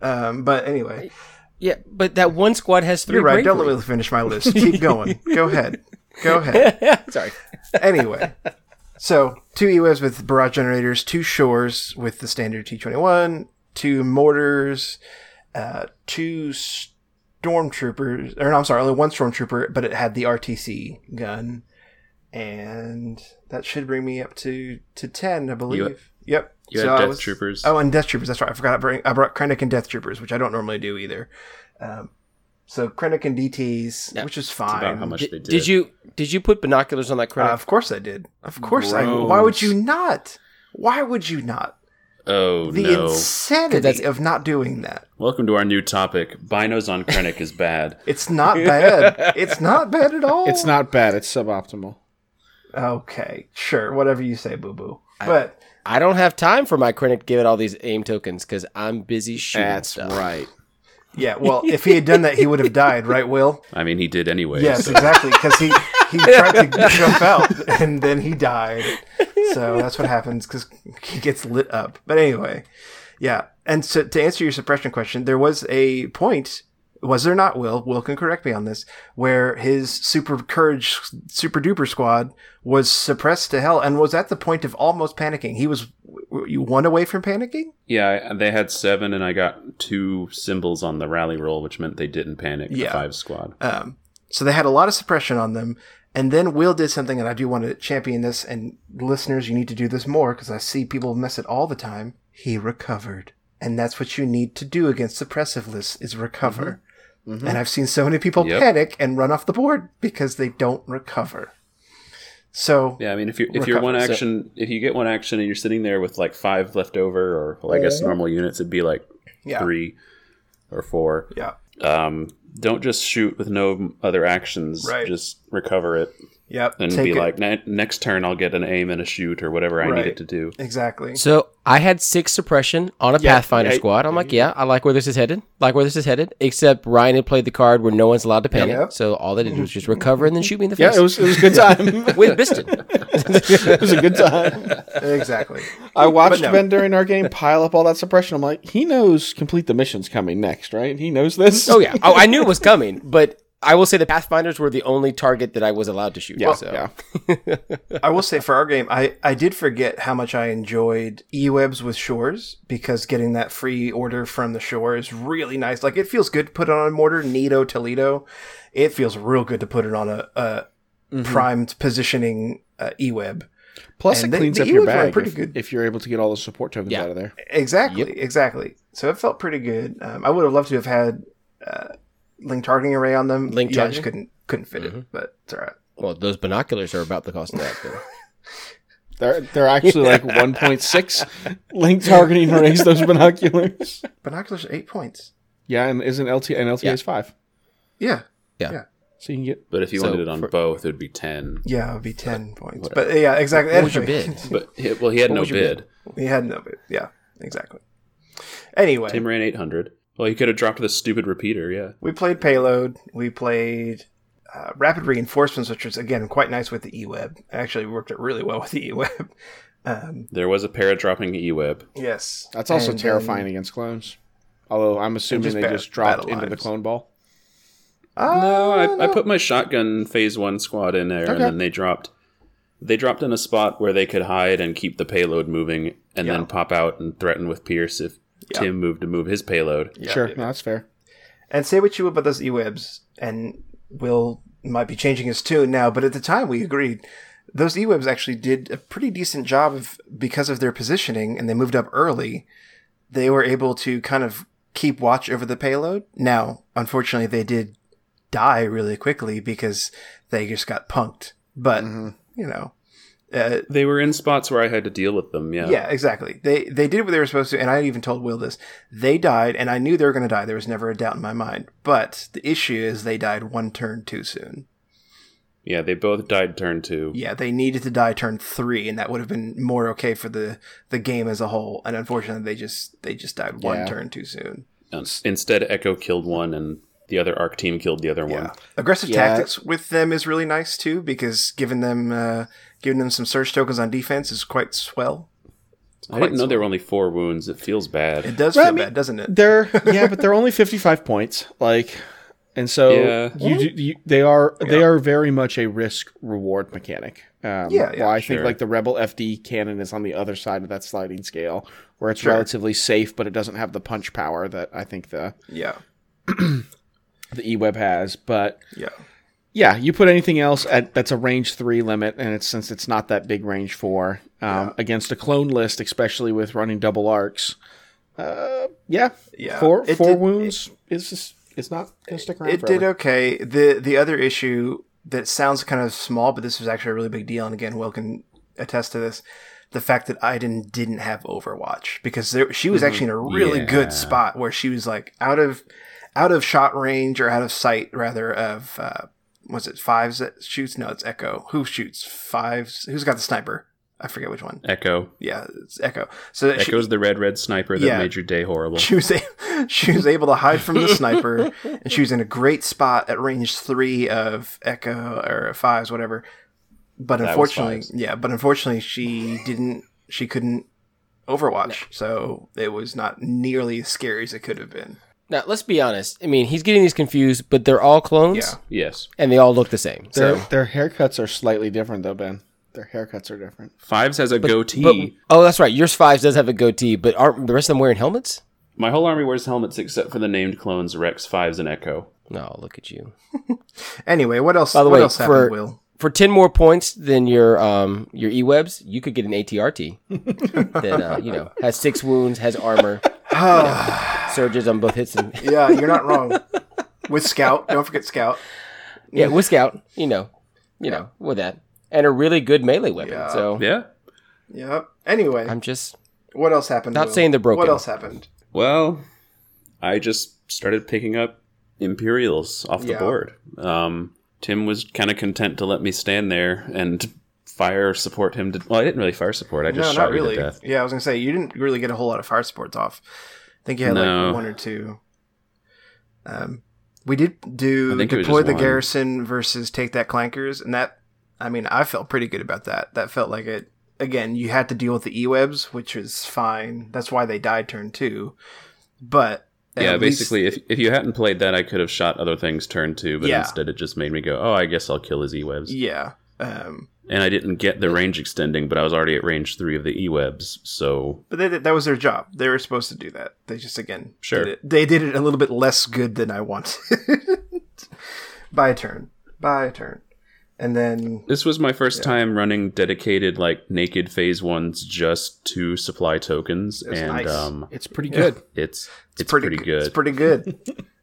Speaker 5: Um, but anyway,
Speaker 6: yeah, but that one squad has 3
Speaker 5: you're right. Don't
Speaker 6: bravery.
Speaker 5: let me finish my list. Keep going. Go ahead. Go ahead.
Speaker 6: Sorry.
Speaker 5: anyway, so two EWAs with barrage generators, two shores with the standard T twenty one, two mortars, uh, two stormtroopers. Or no, I'm sorry, only one stormtrooper, but it had the RTC gun, and that should bring me up to to ten, I believe. yep.
Speaker 4: you had
Speaker 5: I
Speaker 4: Death Troopers.
Speaker 5: Oh, and death troopers. That's right. I forgot. I, bring, I brought Krennic and death troopers, which I don't normally do either. Um, so Krennic and DTs,
Speaker 6: Yeah.
Speaker 5: which is
Speaker 4: It's
Speaker 5: fine.
Speaker 4: about how much
Speaker 6: Did,
Speaker 4: they did.
Speaker 6: did you did you put binoculars on that
Speaker 5: Uh,
Speaker 6: credit?
Speaker 5: of course I did. Of course I. Why would you not? Why would you not?
Speaker 4: Oh
Speaker 5: The
Speaker 4: no!
Speaker 6: That's-
Speaker 5: insanity of not doing that.
Speaker 4: Welcome to our new topic. Binos on Krennic is bad.
Speaker 5: It's not bad. it's not bad at all.
Speaker 1: it's not bad, it's suboptimal.
Speaker 5: Okay, sure. Whatever you say, boo boo. But
Speaker 6: I don't have time for my credit to give it all these aim tokens because I'm busy shooting
Speaker 1: That's
Speaker 6: stuff.
Speaker 1: right.
Speaker 5: yeah, well, if he had done that, he would have died, right, Will?
Speaker 4: I mean, he did anyway.
Speaker 5: Yes,
Speaker 4: so-
Speaker 5: exactly. Because he he tried to jump out and then he died. So that's what happens because he gets lit up. But anyway, yeah. And so to answer your suppression question, there was a point. Was there not? Will Will can correct me on this. Where his super courage, super duper squad was suppressed to hell and was at the point of almost panicking. He was w- w- you one away from panicking.
Speaker 4: Yeah, I- they had seven, and I got two symbols on the rally roll, which meant they didn't panic. the
Speaker 5: Yeah.
Speaker 4: five squad.
Speaker 5: Um, so they had a lot of suppression on them. And then Will did something, and I do want to champion this. And listeners, you need to do this more because I see people miss it all the time. He recovered, and that's what you need to do against suppressive lists is recover. And I've seen so many people
Speaker 4: Mm-hmm. Yep.
Speaker 5: panic and run off the board because they don't recover. So
Speaker 4: Yeah, I mean, if you if you're one
Speaker 5: Recover, so-
Speaker 4: action, if you get one action, and you're sitting there with like five left over, or well, I guess normal units, it'd be like
Speaker 5: yeah,
Speaker 4: three or four.
Speaker 5: yeah,
Speaker 4: Um, don't just shoot with no other actions.
Speaker 5: Right.
Speaker 4: Just recover it
Speaker 5: yep.
Speaker 4: and
Speaker 5: Take
Speaker 4: be
Speaker 5: it-
Speaker 4: like, "Ne- next turn I'll get an aim and a shoot or whatever I
Speaker 5: Right.
Speaker 4: needed to do.
Speaker 5: exactly.
Speaker 6: So I had six suppression on a
Speaker 1: Yeah,
Speaker 6: Pathfinder
Speaker 1: yeah,
Speaker 6: squad. I'm like, yeah, I like where this is headed. Like where this is headed. Except Ryan had played the card where no one's allowed to panic.
Speaker 5: Yep.
Speaker 6: So all they did was just recover and then shoot me in the face
Speaker 1: Yeah, it was it was a good time.
Speaker 6: with Biston.
Speaker 1: it was a good time.
Speaker 5: exactly.
Speaker 1: I watched
Speaker 5: no.
Speaker 1: Ben during our game pile up all that suppression. I'm like, he knows complete the mission's coming next, right? He knows this.
Speaker 6: Oh yeah. Oh, I knew it was coming, but I will say the Pathfinders were the only target that I was allowed to shoot.
Speaker 1: Yeah,
Speaker 6: so.
Speaker 1: yeah.
Speaker 5: I will say for our game, I, I did forget how much I enjoyed E-webs with Shores because getting that free order from the shore is really nice. Like it feels good to put it on a mortar, Nito Toledo. It feels real good to put it on a, a
Speaker 6: Mm-hmm.
Speaker 5: primed positioning uh, E-web.
Speaker 1: Plus, it
Speaker 5: And they-
Speaker 1: cleans
Speaker 5: they
Speaker 1: up your
Speaker 5: use one
Speaker 1: bag
Speaker 5: pretty
Speaker 1: if,
Speaker 5: good.
Speaker 1: if you're able to get all the support tokens
Speaker 6: Yeah.
Speaker 1: out of there.
Speaker 5: Exactly, exactly. So it felt pretty good. Um, I would have loved to have had uh, link targeting array on them.
Speaker 6: Link
Speaker 5: yeah, I just
Speaker 6: targeting? Mm-hmm.
Speaker 5: couldn't couldn't fit it, but it's all right.
Speaker 6: Well, those binoculars are about the cost of that. Though.
Speaker 1: They're they're actually like 1.6 link targeting arrays. Those binoculars.
Speaker 5: Binoculars are eight points.
Speaker 1: Yeah, and isn't LT and LTA is five,
Speaker 5: Yeah,
Speaker 1: so you can get.
Speaker 4: But if you
Speaker 6: So
Speaker 4: wanted it on
Speaker 6: for-
Speaker 4: both, it would be ten.
Speaker 5: yeah, it would be ten points. But yeah, exactly.
Speaker 6: What was your
Speaker 5: Anyway.
Speaker 6: bid?
Speaker 4: But he- well, he had no
Speaker 5: would you bid?
Speaker 4: bid.
Speaker 5: He had no bid. Yeah, exactly. Anyway,
Speaker 4: Tim ran 800. Well, he could have dropped the stupid repeater, yeah.
Speaker 5: we played Payload. We played uh, Rapid Reinforcements, which was, again, quite nice with the E-Web. Actually, worked it really well with the E-Web. Um,
Speaker 4: There was a paradropping E-Web.
Speaker 5: yes.
Speaker 1: That's also
Speaker 5: And then-
Speaker 1: terrifying against clones. Although I'm assuming
Speaker 5: just
Speaker 1: they
Speaker 5: ba-
Speaker 1: just dropped
Speaker 5: battle
Speaker 1: into the
Speaker 5: lines.
Speaker 1: clone ball.
Speaker 5: Ah,
Speaker 4: No, I, I put my shotgun phase one squad in there,
Speaker 1: Okay.
Speaker 4: and then they dropped. They dropped in a spot where they could hide and keep the payload moving, and
Speaker 5: Yeah.
Speaker 4: then pop out and threaten with Pierce if Tim moved to move his payload.
Speaker 5: Yeah,
Speaker 1: sure,
Speaker 5: yeah.
Speaker 1: no, that's fair.
Speaker 5: And say what you will about those E-Webs, and Will might be changing his tune now, but at the time we agreed. Those E-Webs actually did a pretty decent job of, because of their positioning, and they moved up early. They were able to kind of keep watch over the payload. Now, unfortunately, they did die really quickly because they just got punked. But, you know, Uh,
Speaker 4: They were in spots where I had to deal with them. Yeah.
Speaker 5: yeah, exactly. They they did what they were supposed to, and I even told Will this. They died, and I knew they were going to die. There was never a doubt in my mind. But the issue is they died one turn too soon.
Speaker 4: Yeah, They both died turn two.
Speaker 5: Yeah, they needed to die turn three, and that would have been more okay for the the game as a whole. And unfortunately, they just they just died one
Speaker 1: Yeah.
Speaker 5: turn too soon.
Speaker 4: And s- Instead, Echo killed one, and the other arc team killed the other one.
Speaker 5: Yeah. Aggressive
Speaker 1: Yeah.
Speaker 5: tactics with them is really nice too, because giving them uh, giving them some search tokens on defense is quite swell.
Speaker 4: I didn't know there were only four wounds. It feels bad.
Speaker 5: It does
Speaker 1: Well, I
Speaker 5: feel
Speaker 1: mean,
Speaker 5: bad, doesn't it?
Speaker 1: They're yeah, but they're only fifty five points. Like, and so
Speaker 4: Yeah.
Speaker 1: you, do, you they are they are very much a risk reward mechanic. Um,
Speaker 5: Yeah, yeah,
Speaker 1: while I think
Speaker 4: sure.
Speaker 1: like the Rebel FD cannon is on the other side of that sliding scale, where it's
Speaker 5: Sure.
Speaker 1: relatively safe, but it doesn't have the punch power that I think the
Speaker 5: Yeah,
Speaker 1: the E-Web has. But
Speaker 5: yeah,
Speaker 1: yeah, you put anything else at that's a range three limit, and it's since it's not that big range four um, against a clone list, especially with running double arcs. Uh, yeah,
Speaker 5: yeah.
Speaker 1: four
Speaker 5: It
Speaker 1: four
Speaker 5: did-
Speaker 1: wounds is just, it's not gonna stick around.
Speaker 5: It did
Speaker 1: forever.
Speaker 5: okay. the The other issue that sounds kind of small, but this was actually a really big deal, and again, Will can attest to this. The fact that Iden didn't have Overwatch because there, she was actually in a really
Speaker 4: Yeah.
Speaker 5: good spot where she was like out of out of shot range or out of sight rather of uh, was it fives that shoots? No, it's Echo. Who shoots fives? Who's got the sniper? I forget which one.
Speaker 4: Echo.
Speaker 5: Yeah, it's Echo. So that she,
Speaker 4: Echo's the red, red sniper that
Speaker 5: Yeah.
Speaker 4: made your day horrible.
Speaker 5: she was a- she was able to hide from the sniper, and she was in a great spot at range three of Echo or fives, whatever. But
Speaker 4: That was
Speaker 5: unfortunately,
Speaker 4: fives.
Speaker 5: yeah, but unfortunately, she didn't. She couldn't Overwatch, so it was not nearly as scary as it could have been.
Speaker 6: Now, let's be honest. I mean, he's getting these confused, but they're all clones
Speaker 5: Yeah.
Speaker 4: Yes.
Speaker 6: and they all look the same.
Speaker 1: Their
Speaker 6: So,
Speaker 1: their haircuts are slightly different though, Ben. Their haircuts are different.
Speaker 4: Fives has a goatee.
Speaker 6: but, oh, that's right. Yours fives does have a goatee, but aren't the rest of them wearing helmets?
Speaker 4: My whole army wears helmets except for the named clones Rex, Fives, and Echo.
Speaker 6: No, look at you.
Speaker 5: Anyway, what else?
Speaker 6: By the
Speaker 5: what
Speaker 6: way,
Speaker 5: else happened,
Speaker 6: for-
Speaker 5: Will?
Speaker 6: For ten more points than your um your e-webs, you could get an ATRT that uh, you know has six wounds, has armor, surges on both hits, and
Speaker 5: yeah, you're not wrong. With Scout, don't forget Scout.
Speaker 6: yeah, whisk out. You know, you know, with that, and a really good melee weapon.
Speaker 5: Yeah.
Speaker 6: So
Speaker 4: Yeah.
Speaker 5: Yep. Anyway,
Speaker 6: I'm just
Speaker 5: what else happened?
Speaker 6: Not
Speaker 5: Will?
Speaker 6: saying they're broken.
Speaker 5: What else happened?
Speaker 4: Well, I just started picking up Imperials off the
Speaker 5: Yeah.
Speaker 4: board. Um, Tim was kind of content to let me stand there and fire support him. To, well, I didn't really fire support. I just
Speaker 5: no,
Speaker 4: shot
Speaker 5: not
Speaker 4: you
Speaker 5: really.
Speaker 4: to death.
Speaker 5: Yeah, I was gonna say you didn't really get a whole lot of fire supports off. I think you had
Speaker 4: No.
Speaker 5: like one or two. Um, we did do
Speaker 4: I think it was
Speaker 5: deploy
Speaker 4: just
Speaker 5: the
Speaker 4: one.
Speaker 5: garrison versus take that clankers, and that I mean I felt pretty good about that. That felt like it. Again, you had to deal with the e-webs, which is fine. That's why they died turn two, but at
Speaker 4: yeah,
Speaker 5: least-
Speaker 4: basically, if, if you hadn't played that, I could have shot other things turn two, but
Speaker 5: Yeah.
Speaker 4: instead it just made me go, oh, I guess I'll kill his E-webs.
Speaker 5: yeah. Um,
Speaker 4: And I didn't get the range extending, but I was already at range three of the E-webs, so
Speaker 5: But they, that was their job. They were supposed to do that. They just again
Speaker 4: Sure.
Speaker 5: did it. They did it a little bit less good than I wanted. By a turn. By a turn. And then
Speaker 4: This was my first time running dedicated like naked phase ones just to supply tokens,
Speaker 5: That's
Speaker 4: and
Speaker 5: nice.
Speaker 4: um,
Speaker 1: It's pretty good.
Speaker 4: it's it's, pretty,
Speaker 5: g-
Speaker 4: good.
Speaker 5: It's pretty good.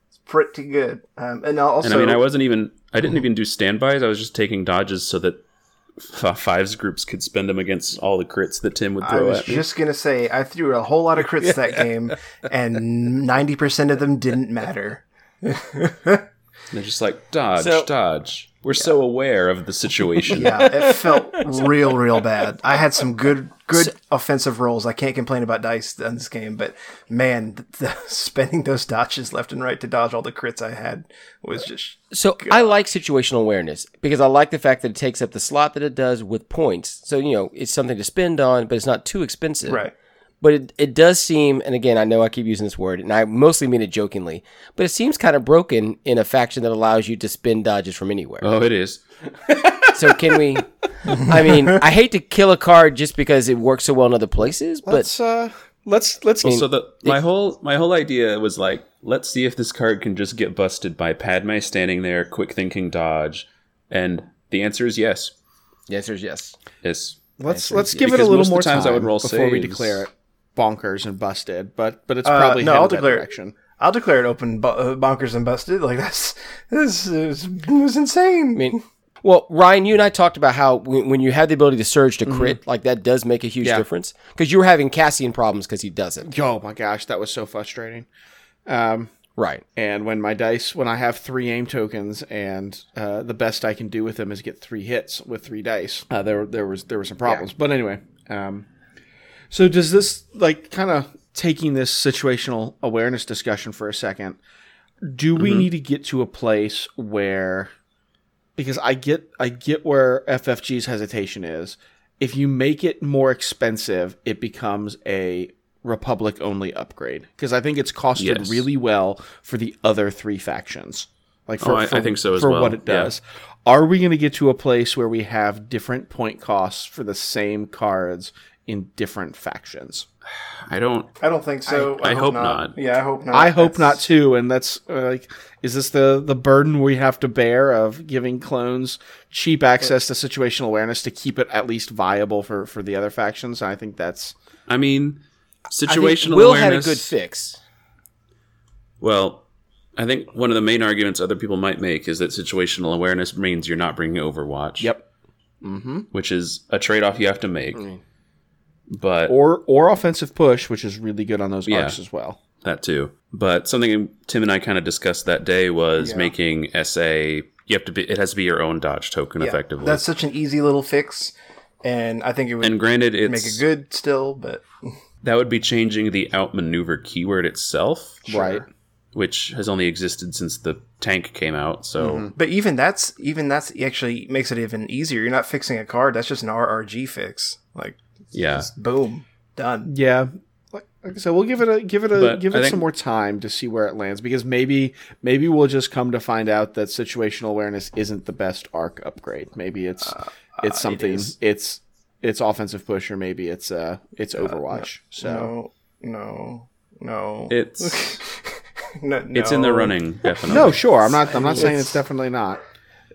Speaker 5: it's pretty good. Um, and I'll also
Speaker 4: and I mean, I wasn't even I didn't even do standbys. I was just taking dodges so that f- fives groups could spend them against all the crits that Tim would
Speaker 5: I
Speaker 4: throw
Speaker 5: was
Speaker 4: at me.
Speaker 5: just gonna say I threw a whole lot of crits that game, and ninety percent of them didn't matter.
Speaker 4: They're just like dodge,
Speaker 6: So-
Speaker 4: dodge. We're so aware of the situation.
Speaker 5: Yeah, it felt real, real bad. I had some good, good offensive rolls. I can't complain about dice in this game, but man, the, the, spending those dodges left and right to dodge all the crits I had was just
Speaker 6: So I like situational awareness because I like the fact that it takes up the slot that it does with points. So you know it's something to spend on, but it's not too expensive.
Speaker 5: right.
Speaker 6: But it, it does seem, and again, I know I keep using this word, and I mostly mean it jokingly, but it seems kind of broken in a faction that allows you to spin dodges from anywhere.
Speaker 4: Oh, it is.
Speaker 6: So can we? I mean, I hate to kill a card just because it works so well in other places, but
Speaker 1: Let's uh, let's let's
Speaker 4: so the my whole my whole idea was like let's see if this card can just get busted by Padme standing there, quick thinking dodge, and the answer is yes.
Speaker 6: the answer is yes.
Speaker 4: Yes.
Speaker 1: let's let's give it
Speaker 4: because
Speaker 1: a little
Speaker 4: most of
Speaker 1: more
Speaker 4: the times I
Speaker 1: time
Speaker 4: would roll
Speaker 1: before we
Speaker 4: saves.
Speaker 1: declare it bonkers and busted. But but it's probably
Speaker 5: Uh, no, I'll
Speaker 1: headed that
Speaker 5: declare it.
Speaker 1: direction.
Speaker 5: I'll declare it open, bo- uh, bonkers and busted. Like that's this is it was
Speaker 6: I
Speaker 5: insane.
Speaker 6: mean, Well, Ryan, you and I talked about how when, when you have the ability to surge to crit, like that does make a huge
Speaker 1: Mm-hmm. Yeah.
Speaker 6: difference. Because you were having Cassian problems because he doesn't.
Speaker 1: Oh my gosh, that was so frustrating. Um,
Speaker 6: Right.
Speaker 1: and when my dice, when I have three aim tokens, and uh, the best I can do with them is get three hits with three dice, uh, there there was there were some problems. But anyway, um, so does this like kind of taking this situational awareness discussion for a second? Do we need to get to a place where? Because I get I get where FFG's hesitation is. If you make it more expensive, it becomes a Republic only upgrade. Because I think it's costed
Speaker 4: Yes.
Speaker 1: really well for the other three factions. Like for,
Speaker 4: Oh, I-
Speaker 1: for-
Speaker 4: I think so as
Speaker 1: for
Speaker 4: well.
Speaker 1: what it
Speaker 4: Yeah.
Speaker 1: does. Are we going to get to a place where we have different point costs for the same cards in different factions?
Speaker 4: I don't.
Speaker 5: I don't think so.
Speaker 4: I hope not.
Speaker 5: Yeah, I hope not.
Speaker 1: I hope
Speaker 5: That's-
Speaker 1: not too. And that's uh, like, is this the the burden we have to bear of giving clones cheap access to situational awareness to keep it at least viable for for the other factions? I think that's
Speaker 4: I mean,
Speaker 6: I think
Speaker 4: situational
Speaker 6: Will
Speaker 4: awareness.
Speaker 6: had a good fix.
Speaker 4: Well, I think one of the main arguments other people might make is that situational awareness means you're not bringing Overwatch.
Speaker 1: Yep.
Speaker 4: Which is a trade off you have to make. But
Speaker 1: or or offensive push, which is really good on those
Speaker 4: Yeah.
Speaker 1: arcs as well.
Speaker 4: that too. But something Tim and I kind of discussed that day was making SA. You have to be. It has to be your own dodge token,
Speaker 5: Yeah,
Speaker 4: effectively.
Speaker 5: That's such an easy little fix, and I think it would
Speaker 4: and granted, it's
Speaker 5: make it good still. But
Speaker 4: that would be changing the outmaneuver keyword itself,
Speaker 1: Right.
Speaker 4: which has only existed since the tank came out. So
Speaker 5: but even that's even that's actually makes it even easier. You're not fixing a card. That's just an RRG fix. Like
Speaker 4: yeah,
Speaker 5: just boom, done.
Speaker 1: Yeah. Like like I said, we'll give it a give it a
Speaker 4: But
Speaker 1: give
Speaker 4: I
Speaker 1: it
Speaker 4: think-
Speaker 1: some more time to see where it lands because maybe maybe we'll just come to find out that situational awareness isn't the best arc upgrade. Maybe it's it's something
Speaker 5: is.
Speaker 1: it's it's offensive push or maybe it's uh it's Overwatch. So
Speaker 5: No, no, no.
Speaker 4: it's
Speaker 5: no, no.
Speaker 4: it's in the running definitely.
Speaker 1: no, sure. I'm not I'm not saying it's definitely not.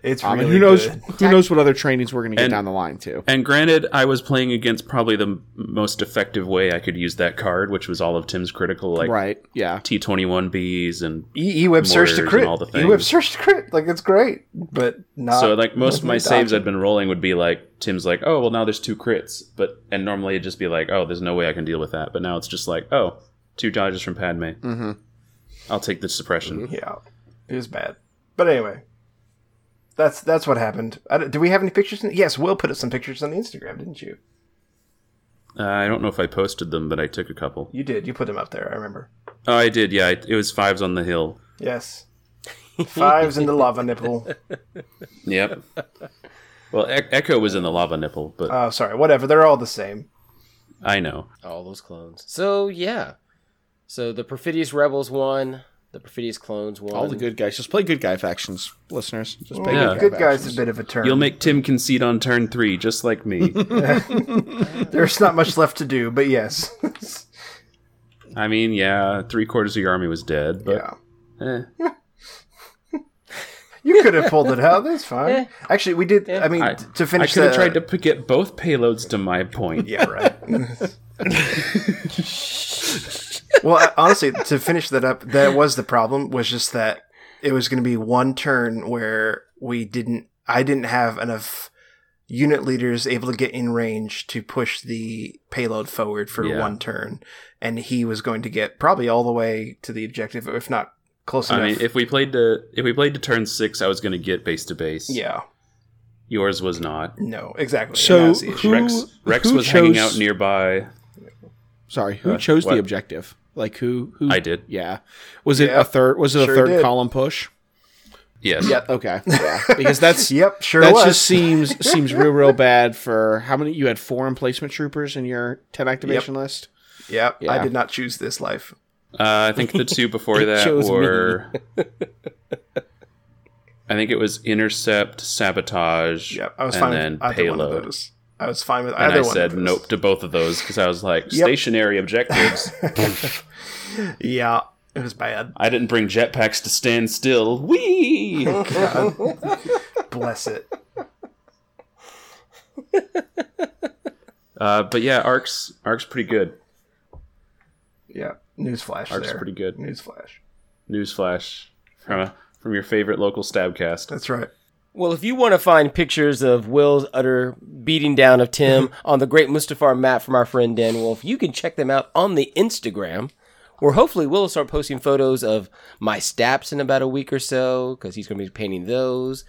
Speaker 5: It's
Speaker 1: I
Speaker 5: really
Speaker 1: mean, who knows
Speaker 5: good.
Speaker 1: who knows what other trainings we're going to get
Speaker 4: And-
Speaker 1: down the line too.
Speaker 4: And granted, I was playing against probably the m- most effective way I could use that card, which was all of Tim's critical, like
Speaker 1: right. Yeah.
Speaker 4: T twenty one Bs, and
Speaker 5: E- web search
Speaker 4: Mortars
Speaker 5: to
Speaker 4: and
Speaker 5: crit.
Speaker 4: all the
Speaker 5: E web
Speaker 4: things.
Speaker 5: search to crit. Like it's great, but not.
Speaker 4: so like most of my
Speaker 5: nothing
Speaker 4: saves
Speaker 5: dodgy.
Speaker 4: I'd been rolling would be like Tim's like, oh well, now there's two crits, but and normally it'd just be like, oh, there's no way I can deal with that, but now it's just like, oh, two dodges from Padme. Mm-hmm. I'll take the suppression.
Speaker 5: Yeah, it was bad. But anyway, that's that's what happened. I don't- do we have any pictures? In, yes, Will put up some pictures on the Instagram, didn't you? Mm-hmm.
Speaker 4: Uh, I don't know if I posted them, but I took a couple.
Speaker 5: You did. You put them up there. I remember.
Speaker 4: Oh, I did. Yeah, it, it was fives on the hill.
Speaker 5: Yes. Fives in the lava nipple.
Speaker 4: Yep. well, e- Echo was in the lava nipple, but
Speaker 5: Oh, sorry. Whatever. They're all the same.
Speaker 4: I know.
Speaker 6: All those clones. So yeah. So the perfidious rebels won. The perfidious clones won.
Speaker 1: All the good guys. Just play good guy factions, listeners. Just play
Speaker 4: Yeah.
Speaker 5: Good guy's
Speaker 1: factions.
Speaker 5: a bit of a turn.
Speaker 4: You'll make Tim concede on turn three, just like me.
Speaker 5: There's not much left to do, but yes.
Speaker 4: I mean, yeah, three quarters of your army was dead, but
Speaker 5: yeah.
Speaker 4: eh.
Speaker 5: You could have pulled it out. That's fine. Actually, we did. I mean,
Speaker 4: I,
Speaker 5: t- to finish
Speaker 4: I could have
Speaker 5: the-
Speaker 4: tried to p- get both payloads to my point.
Speaker 5: Yeah, right. well, I- honestly, to finish that up, that was the problem. Was just that it was going to be one turn where we didn't. I didn't have enough unit leaders able to get in range to push the payload forward for
Speaker 4: Yeah.
Speaker 5: one turn, and he was going to get probably all the way to the objective, if not close
Speaker 4: I
Speaker 5: enough.
Speaker 4: mean, if we played to if we played to turn six, I was going to get base to base.
Speaker 5: yeah.
Speaker 4: yours was not.
Speaker 5: No. Exactly. and
Speaker 1: So
Speaker 5: that was the issue.
Speaker 1: Who-
Speaker 4: Rex Rex
Speaker 1: who
Speaker 4: was hanging
Speaker 1: chose-
Speaker 4: out nearby.
Speaker 1: Sorry, who
Speaker 4: Uh,
Speaker 1: chose
Speaker 4: what?
Speaker 1: the objective? Like who? Who?
Speaker 4: I did.
Speaker 1: Yeah. Was it
Speaker 5: Yeah,
Speaker 1: a third? Was it
Speaker 5: sure
Speaker 1: a third
Speaker 5: did.
Speaker 1: column push?
Speaker 4: Yes.
Speaker 5: Yep.
Speaker 1: Okay. Yeah. Because that's
Speaker 5: Yep. Sure
Speaker 1: that
Speaker 5: was.
Speaker 1: just seems seems real real bad for how many you had four emplacement troopers in your ten activation list.
Speaker 5: yep. I
Speaker 1: Yeah.
Speaker 5: did not choose this life.
Speaker 4: Uh, I think the two before that
Speaker 1: chose me.
Speaker 4: were. I think it was intercept, sabotage,
Speaker 5: Yep, I was
Speaker 4: and
Speaker 5: fine
Speaker 4: then
Speaker 5: with either one of
Speaker 4: payload.
Speaker 5: those. I was fine with
Speaker 4: And
Speaker 5: either
Speaker 4: I
Speaker 5: one.
Speaker 4: said
Speaker 5: of those.
Speaker 4: nope to both of those because I was like stationary objectives.
Speaker 5: Yeah, it was bad.
Speaker 4: I didn't bring jetpacks to stand still. Wee.
Speaker 5: Bless it.
Speaker 4: Uh, but yeah, arcs arcs pretty good.
Speaker 5: Yeah, newsflash.
Speaker 4: Arc's
Speaker 5: there.
Speaker 4: pretty good.
Speaker 5: Newsflash.
Speaker 4: Newsflash from from your favorite local stabcast.
Speaker 5: That's right.
Speaker 6: Well, if you want to find pictures of Will's utter beating down of Tim on the Great Mustafar map from our friend Dan Wolf, you can check them out on the Instagram, where hopefully Will will start posting photos of my staps in about a week or so, because he's going to be painting those.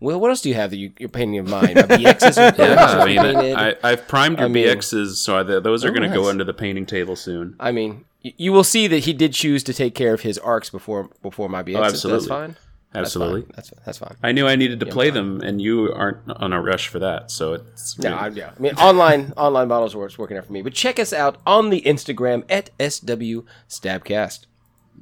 Speaker 6: Will, what else do you have that you, you're painting of mine? My BXs are
Speaker 4: I mean,
Speaker 6: painted.
Speaker 4: I, I've primed your
Speaker 6: I mean- oh,
Speaker 4: BXs, so I, those are going to go
Speaker 6: nice.
Speaker 4: under the painting table soon.
Speaker 6: I mean, y- you will see that he did choose to take care of his arcs before before my
Speaker 5: Oh,
Speaker 6: BXs.
Speaker 4: absolutely.
Speaker 6: That's fine. That's fine.
Speaker 4: Absolutely.
Speaker 6: That's that's fine.
Speaker 4: I knew I needed to play them, and you aren't on a rush for that, so it's
Speaker 6: Yeah, I, yeah. I mean, online online models were working out for me. But check us out on the Instagram at SW Stabcast.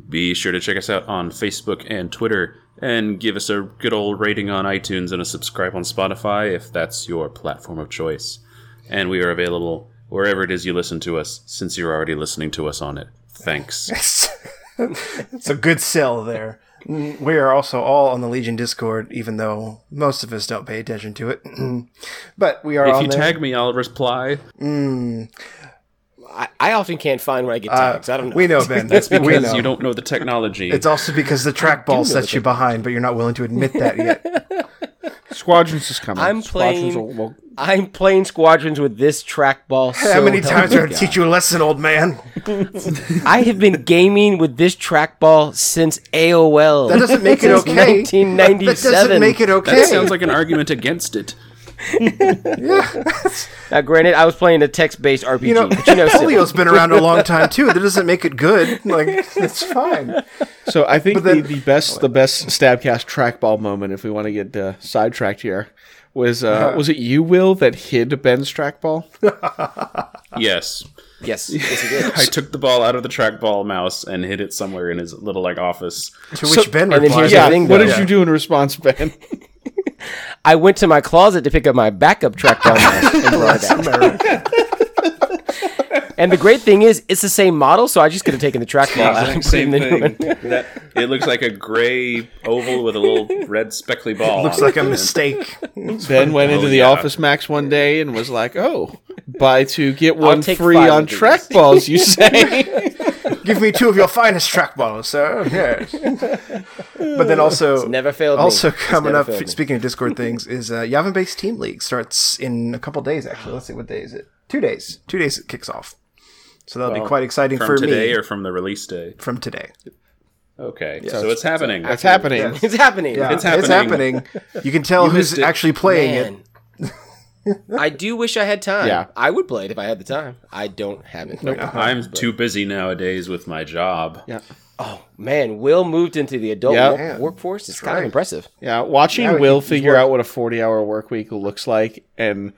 Speaker 4: Be sure to check us out on Facebook and Twitter and give us a good old rating on iTunes and a subscribe on Spotify if that's your platform of choice. And we are available wherever it is you listen to us since you're already listening to us on it. Thanks.
Speaker 5: It's a good sell there. We are also all on the Legion Discord, even though most of us don't pay attention to it. but we are
Speaker 4: if
Speaker 5: on
Speaker 4: you
Speaker 5: there.
Speaker 4: tag me, I'll reply.
Speaker 6: I, I often can't find when I get tags. I don't know.
Speaker 5: Uh, we know, Ben. That's we
Speaker 4: Because
Speaker 5: know.
Speaker 4: you don't know the technology.
Speaker 5: it's also because the trackball sets you behind, but you're not willing to admit that yet.
Speaker 1: Squadrons is coming.
Speaker 6: I'm
Speaker 1: Squadrons
Speaker 6: playing-
Speaker 1: will- will-
Speaker 6: I'm playing squadrons with this trackball. So
Speaker 5: How many
Speaker 6: help
Speaker 5: times
Speaker 6: me
Speaker 5: are I going to
Speaker 6: God.
Speaker 5: teach you a lesson, old man?
Speaker 6: I have been gaming with this trackball since AOL.
Speaker 5: That doesn't make it
Speaker 6: Since
Speaker 5: okay. That
Speaker 6: 1997.
Speaker 5: doesn't make it okay.
Speaker 4: that sounds like an argument against it.
Speaker 6: Now, granted, I was playing a text-based RPG,
Speaker 5: you know,
Speaker 6: but you know,
Speaker 5: polio's been around a long time too. That doesn't make it good. Like it's fine.
Speaker 1: So I think
Speaker 5: then-
Speaker 1: the, the best the best stabcast trackball moment, if we want to get uh, sidetracked here, was uh, was it you Will that hid Ben's trackball?
Speaker 4: Yes.
Speaker 6: yes, yes, it is.
Speaker 4: I took the ball out of the trackball mouse and hid it somewhere in his little like office.
Speaker 5: To which Ben
Speaker 6: and then
Speaker 5: replies,
Speaker 6: here's the
Speaker 1: yeah.
Speaker 6: thing,
Speaker 1: what
Speaker 6: though.
Speaker 1: did you do in response, Ben?
Speaker 6: I went to my closet to pick up my backup trackball mouse and brought it back. And the great thing is, it's the same model, so I just could have taken the trackball out and put in the new one.
Speaker 4: That, it looks like a gray oval with a little red speckly ball.
Speaker 5: "Looks like a mistake."
Speaker 1: ben went into
Speaker 4: Oh,
Speaker 1: the
Speaker 4: yeah.
Speaker 1: Office Max one day and was like, "Oh, buy two get one
Speaker 6: take
Speaker 1: free
Speaker 6: five
Speaker 1: on
Speaker 6: of these."
Speaker 1: trackballs." You say?
Speaker 5: Give me two of your finest trackballs, sir. Yes. But then also,
Speaker 6: never failed me.
Speaker 5: Also
Speaker 6: It's
Speaker 5: coming
Speaker 6: never
Speaker 5: up.
Speaker 6: failed me.
Speaker 5: Speaking of Discord things, is uh, Yavin-based team league starts in a couple days. Actually, let's see what day is it. Two days. Two days it kicks off. So that'll be quite exciting for
Speaker 4: from today
Speaker 5: me
Speaker 4: or from the release day.
Speaker 5: from today.
Speaker 4: Okay, so it's happening.
Speaker 1: That's happening.
Speaker 6: It's happening.
Speaker 5: Yeah,
Speaker 4: It's happening.
Speaker 5: happening. You can tell who's
Speaker 4: missed it.
Speaker 5: actually playing it.
Speaker 6: Man. I do wish I had time.
Speaker 1: Yeah.
Speaker 6: I would play it if I had the time. I don't have it.
Speaker 5: Uh-huh.
Speaker 4: I'm too busy nowadays with my job.
Speaker 1: Yeah.
Speaker 6: Man, Will moved into the adult
Speaker 1: Yeah.
Speaker 6: wo-
Speaker 5: Yeah.
Speaker 6: workforce. It's kind
Speaker 5: right.
Speaker 6: of impressive.
Speaker 1: Yeah, watching
Speaker 5: Now he-
Speaker 1: Will
Speaker 5: he's
Speaker 1: figure
Speaker 5: worked.
Speaker 1: out what a forty-hour work week looks like and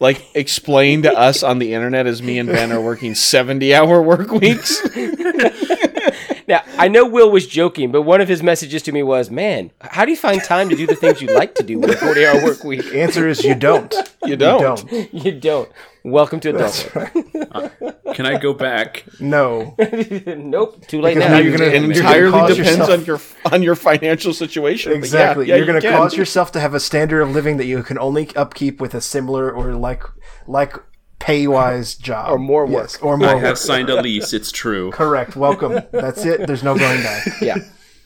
Speaker 1: like explain to us on the internet as me and Ben are working seventy-hour work weeks.
Speaker 6: Now, I know Will was joking, but one of his messages to me was, "Man, how do you find time to do the things you like to do with a 40-hour work week?
Speaker 5: Answer is you don't.
Speaker 1: You don't.
Speaker 6: You don't." Welcome to adulthood.
Speaker 4: Can I go back?
Speaker 5: No.
Speaker 6: nope, too late
Speaker 5: Because
Speaker 6: now.
Speaker 5: now you're gonna-
Speaker 1: it
Speaker 5: you're gonna
Speaker 1: entirely
Speaker 5: cause
Speaker 1: depends
Speaker 5: yourself-
Speaker 1: on your on your financial situation. But yeah,
Speaker 5: Exactly.
Speaker 1: yeah,
Speaker 5: You're
Speaker 1: you
Speaker 5: going to
Speaker 1: can.
Speaker 5: cause yourself to have a standard of living that you can only upkeep with a similar or like like pay wise job or
Speaker 6: more work.
Speaker 5: or
Speaker 4: I
Speaker 5: more work.
Speaker 4: have signed a lease. It's true.
Speaker 5: Correct. Welcome. That's it. There's no going back.
Speaker 6: Yeah.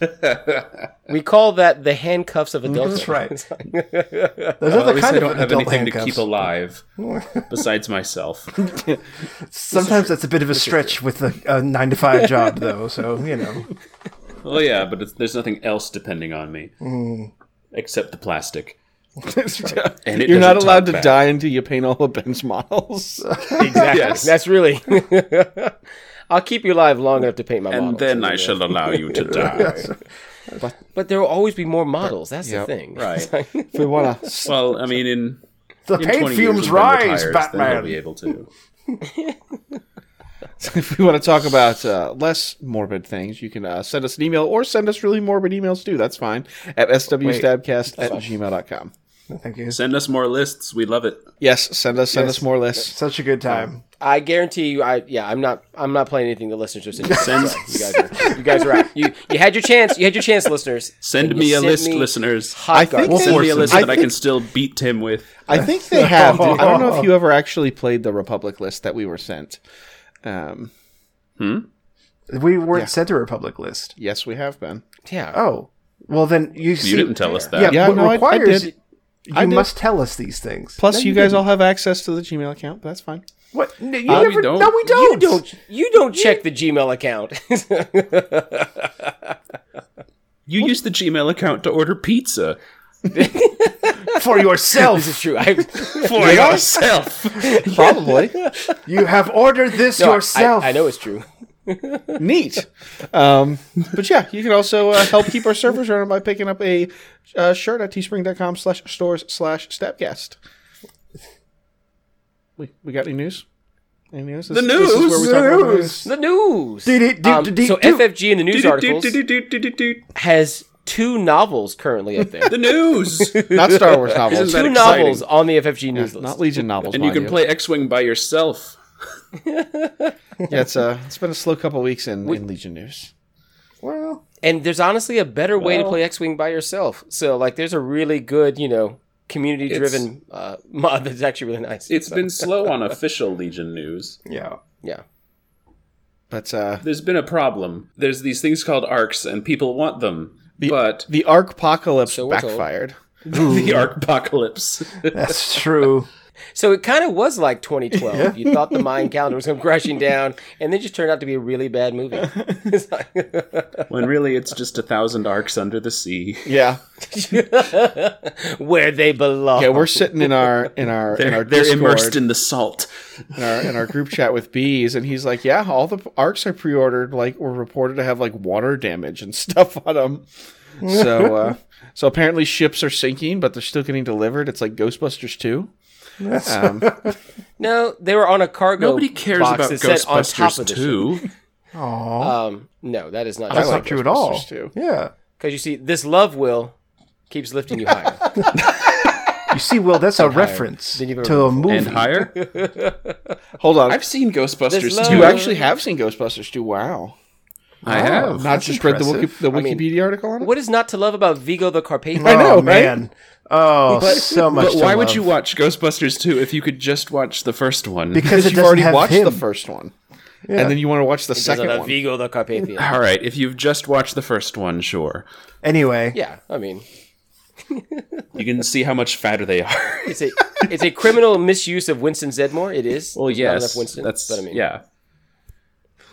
Speaker 6: we call that the handcuffs of adulthood.
Speaker 5: That's right. Those are
Speaker 4: Well, at
Speaker 5: the
Speaker 4: least
Speaker 5: kind
Speaker 4: I
Speaker 5: of
Speaker 4: don't have
Speaker 5: adult
Speaker 4: anything
Speaker 5: handcuffs.
Speaker 4: to keep alive besides myself.
Speaker 5: Sometimes that's a bit of a stretch with a, a nine to five job, though. So you know,
Speaker 4: Oh yeah, but it's, there's nothing else depending on me
Speaker 5: Mm.
Speaker 4: except the plastic. And it
Speaker 1: You're not
Speaker 4: doesn't
Speaker 1: allowed
Speaker 4: talk
Speaker 1: to
Speaker 4: back.
Speaker 1: die until you paint all of Ben's models.
Speaker 6: Exactly.
Speaker 4: Yes.
Speaker 6: That's really. I'll keep you alive long enough to paint my models.
Speaker 4: And then I shall allow you to die.
Speaker 6: But, but there will always be more models. That's the thing.
Speaker 4: right.
Speaker 1: if we want to,
Speaker 4: Well, I mean, in
Speaker 5: the
Speaker 4: in
Speaker 5: paint
Speaker 4: 20 years
Speaker 5: fumes
Speaker 4: when Ben
Speaker 5: rise,
Speaker 4: retires, Then he'll be
Speaker 5: Batman.
Speaker 4: able to.
Speaker 1: if we want to talk about uh, less morbid things, you can uh, send us an email or send us really morbid emails too. That's fine at swstabcast at gmail.com.
Speaker 5: Thank you.
Speaker 4: Send us more lists. We love it.
Speaker 1: Yes, send us send
Speaker 5: Yes.
Speaker 1: us more lists.
Speaker 5: Such a good time.
Speaker 6: I guarantee you. I yeah. I'm not. I'm not playing anything the listeners are sending. you, guys are, you guys are out. You you had your chance. You had your chance, listeners.
Speaker 4: Send
Speaker 6: And
Speaker 4: me
Speaker 6: you
Speaker 4: a
Speaker 6: sent
Speaker 4: list,
Speaker 6: me
Speaker 4: listeners.
Speaker 6: Hot
Speaker 1: I think
Speaker 6: garbage.
Speaker 1: they-
Speaker 4: Send me a
Speaker 1: Force
Speaker 4: list
Speaker 1: him.
Speaker 4: that I
Speaker 1: I think-
Speaker 4: can still beat Tim with.
Speaker 1: I think they have. Oh. I don't know if you ever actually played the Republic list that we were sent. Um,
Speaker 5: We weren't sent to Republic list.
Speaker 1: yes, we have been.
Speaker 6: Yeah.
Speaker 5: Oh, Well, then you
Speaker 4: You didn't tell us that.
Speaker 5: Yeah,
Speaker 1: Yeah,
Speaker 5: what
Speaker 1: no, I- I
Speaker 5: requires
Speaker 1: did.
Speaker 5: you
Speaker 1: I did.
Speaker 5: must tell us these things.
Speaker 1: Plus,
Speaker 5: No,
Speaker 1: you guys
Speaker 5: didn't.
Speaker 1: all have access to the Gmail account. But that's fine.
Speaker 5: What? No, you
Speaker 4: No, we
Speaker 5: never,
Speaker 4: don't.
Speaker 5: No, we
Speaker 6: You
Speaker 5: don't.
Speaker 6: don't. You don't check the Gmail account.
Speaker 4: You used the Gmail account to order pizza
Speaker 5: for
Speaker 6: this
Speaker 5: yourself.
Speaker 6: is true. I,
Speaker 4: for yourself.
Speaker 1: Probably
Speaker 5: you have ordered this
Speaker 6: no, I-
Speaker 5: yourself.
Speaker 6: I, I know it's true.
Speaker 1: neat. Um, but yeah, you can also uh, help keep our servers running by picking up a uh, shirt at teespring.com slash stores slash stepcast. We, we got any news? Any news? This,
Speaker 4: The
Speaker 1: This is where we talk about the
Speaker 5: news!
Speaker 1: news.
Speaker 6: The news.
Speaker 5: Dee-dee-doo,
Speaker 6: Um,
Speaker 5: dee-dee-doo.
Speaker 6: so FFG in the news articles
Speaker 4: Do-do-do-do-do-do-do-do.
Speaker 6: has two novels currently up there.
Speaker 4: The news.
Speaker 1: Not Star Wars novels.
Speaker 4: that
Speaker 6: Two
Speaker 4: exciting?
Speaker 6: novels on the FFG news list.
Speaker 1: Not Legion novels.
Speaker 4: and you
Speaker 1: mind
Speaker 4: can play X-wing by yourself.
Speaker 1: Yeah, it's, uh, it's been a slow couple weeks in, in Legion news.
Speaker 5: well,
Speaker 6: And there's honestly a better way to play X Wing by yourself. So, like, there's a really good, you know, community driven uh, mod that's actually really nice.
Speaker 4: It's been slow on official Legion news.
Speaker 5: yeah.
Speaker 6: yeah.
Speaker 1: But uh,
Speaker 4: There's been a problem. There's these things called arcs, and people want them, but
Speaker 1: the Arc Apocalypse
Speaker 6: So we're told.
Speaker 1: backfired.
Speaker 4: the arc apocalypse.
Speaker 5: That's true.
Speaker 6: So it kind of was like 2012. You thought the Mayan calendar was going crashing down, and then just turned out to be a really bad movie. It's like-
Speaker 4: when really it's just a thousand arcs under the sea.
Speaker 1: Yeah,
Speaker 6: where they belong.
Speaker 1: yeah, we're sitting in our in our in our
Speaker 4: They're, they're
Speaker 1: Discord.
Speaker 4: immersed in the salt.
Speaker 1: in our in our group chat with bees and he's like yeah all the arcs i pre-ordered like were reported to have like water damage and stuff on them so uh so apparently ships are sinking but they're still getting delivered it's like ghostbusters 2 um,
Speaker 6: no, they were on a cargo.
Speaker 4: Nobody cares
Speaker 6: box
Speaker 4: about
Speaker 6: that said on top of
Speaker 4: Ghostbusters
Speaker 6: the ship.
Speaker 4: 2.
Speaker 5: Aw,
Speaker 6: Um, no, that is not
Speaker 5: that's
Speaker 6: true.
Speaker 5: not true at all.
Speaker 1: Ghostbusters too.
Speaker 5: Yeah.
Speaker 6: Because you see, this love will keeps lifting you higher.
Speaker 5: You see, Will, that's a reference
Speaker 6: Then you've
Speaker 5: to a movie.
Speaker 4: and higher?
Speaker 1: hold on
Speaker 4: I've seen
Speaker 6: There's
Speaker 4: Ghostbusters
Speaker 6: love.
Speaker 4: 2.
Speaker 1: you actually have seen ghostbusters 2 wow
Speaker 4: I have.
Speaker 1: not just read the, Wiki,
Speaker 5: Oh, impressive.
Speaker 1: the
Speaker 6: I mean,
Speaker 1: wikipedia article on it
Speaker 6: what is not to love about Vigo the Carpathian?
Speaker 1: I know,
Speaker 5: oh,
Speaker 1: right?
Speaker 5: man. Oh, so much.
Speaker 4: But
Speaker 5: to
Speaker 4: why would
Speaker 5: love.
Speaker 4: you watch Ghostbusters 2 if you could just watch the first one?
Speaker 5: Because it
Speaker 1: you've
Speaker 5: doesn't
Speaker 1: already
Speaker 5: have
Speaker 1: watched
Speaker 5: him.
Speaker 1: the first one and then you want to watch the
Speaker 6: Because of
Speaker 1: second
Speaker 6: the
Speaker 1: one
Speaker 6: Vigo the Carpathian.
Speaker 4: All right, if you've just watched the first one, sure.
Speaker 5: Anyway,
Speaker 6: Yeah, I mean,
Speaker 4: You can see how much fatter they are.
Speaker 6: it's a it's a criminal misuse of Winston Zedmore. It is.
Speaker 4: Well,
Speaker 6: There's not
Speaker 4: yes.
Speaker 6: enough Winston.
Speaker 4: that's
Speaker 6: but I mean,
Speaker 4: yeah.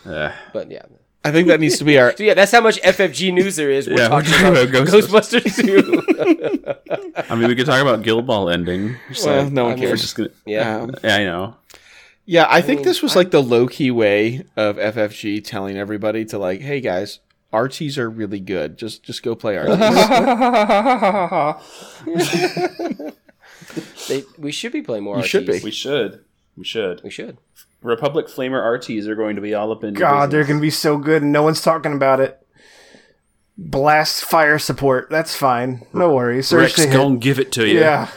Speaker 4: Uh,
Speaker 6: but yeah.
Speaker 1: i think that needs to be our
Speaker 6: So yeah, that's how much FFG news there is. We're
Speaker 4: Yeah, we're
Speaker 6: talking
Speaker 4: talking
Speaker 6: about
Speaker 4: about
Speaker 6: Ghostbusters, 2.
Speaker 4: I mean, we could talk about Gilball ending. Just
Speaker 1: well,
Speaker 4: like-
Speaker 1: no one
Speaker 6: mean,
Speaker 4: we're
Speaker 1: cares
Speaker 4: just gonna,
Speaker 6: yeah.
Speaker 1: Um,
Speaker 4: yeah, I know.
Speaker 1: Yeah, I,
Speaker 6: Oh,
Speaker 1: think this was like the low key way of FFG telling everybody to like, hey guys, RTs are really good. Just just go play RTs.
Speaker 6: They, we should be playing more.
Speaker 1: You should
Speaker 6: RTs.
Speaker 1: be.
Speaker 4: We should. We should.
Speaker 6: We should.
Speaker 4: Republic Flamer RTs are going to be all up in your
Speaker 5: God, they're
Speaker 4: business.
Speaker 5: going to be so good and no one's talking about it. Blast fire support. That's fine. No worries. Search
Speaker 4: Rex
Speaker 5: to hit.
Speaker 4: gonna give it to you.
Speaker 5: Yeah.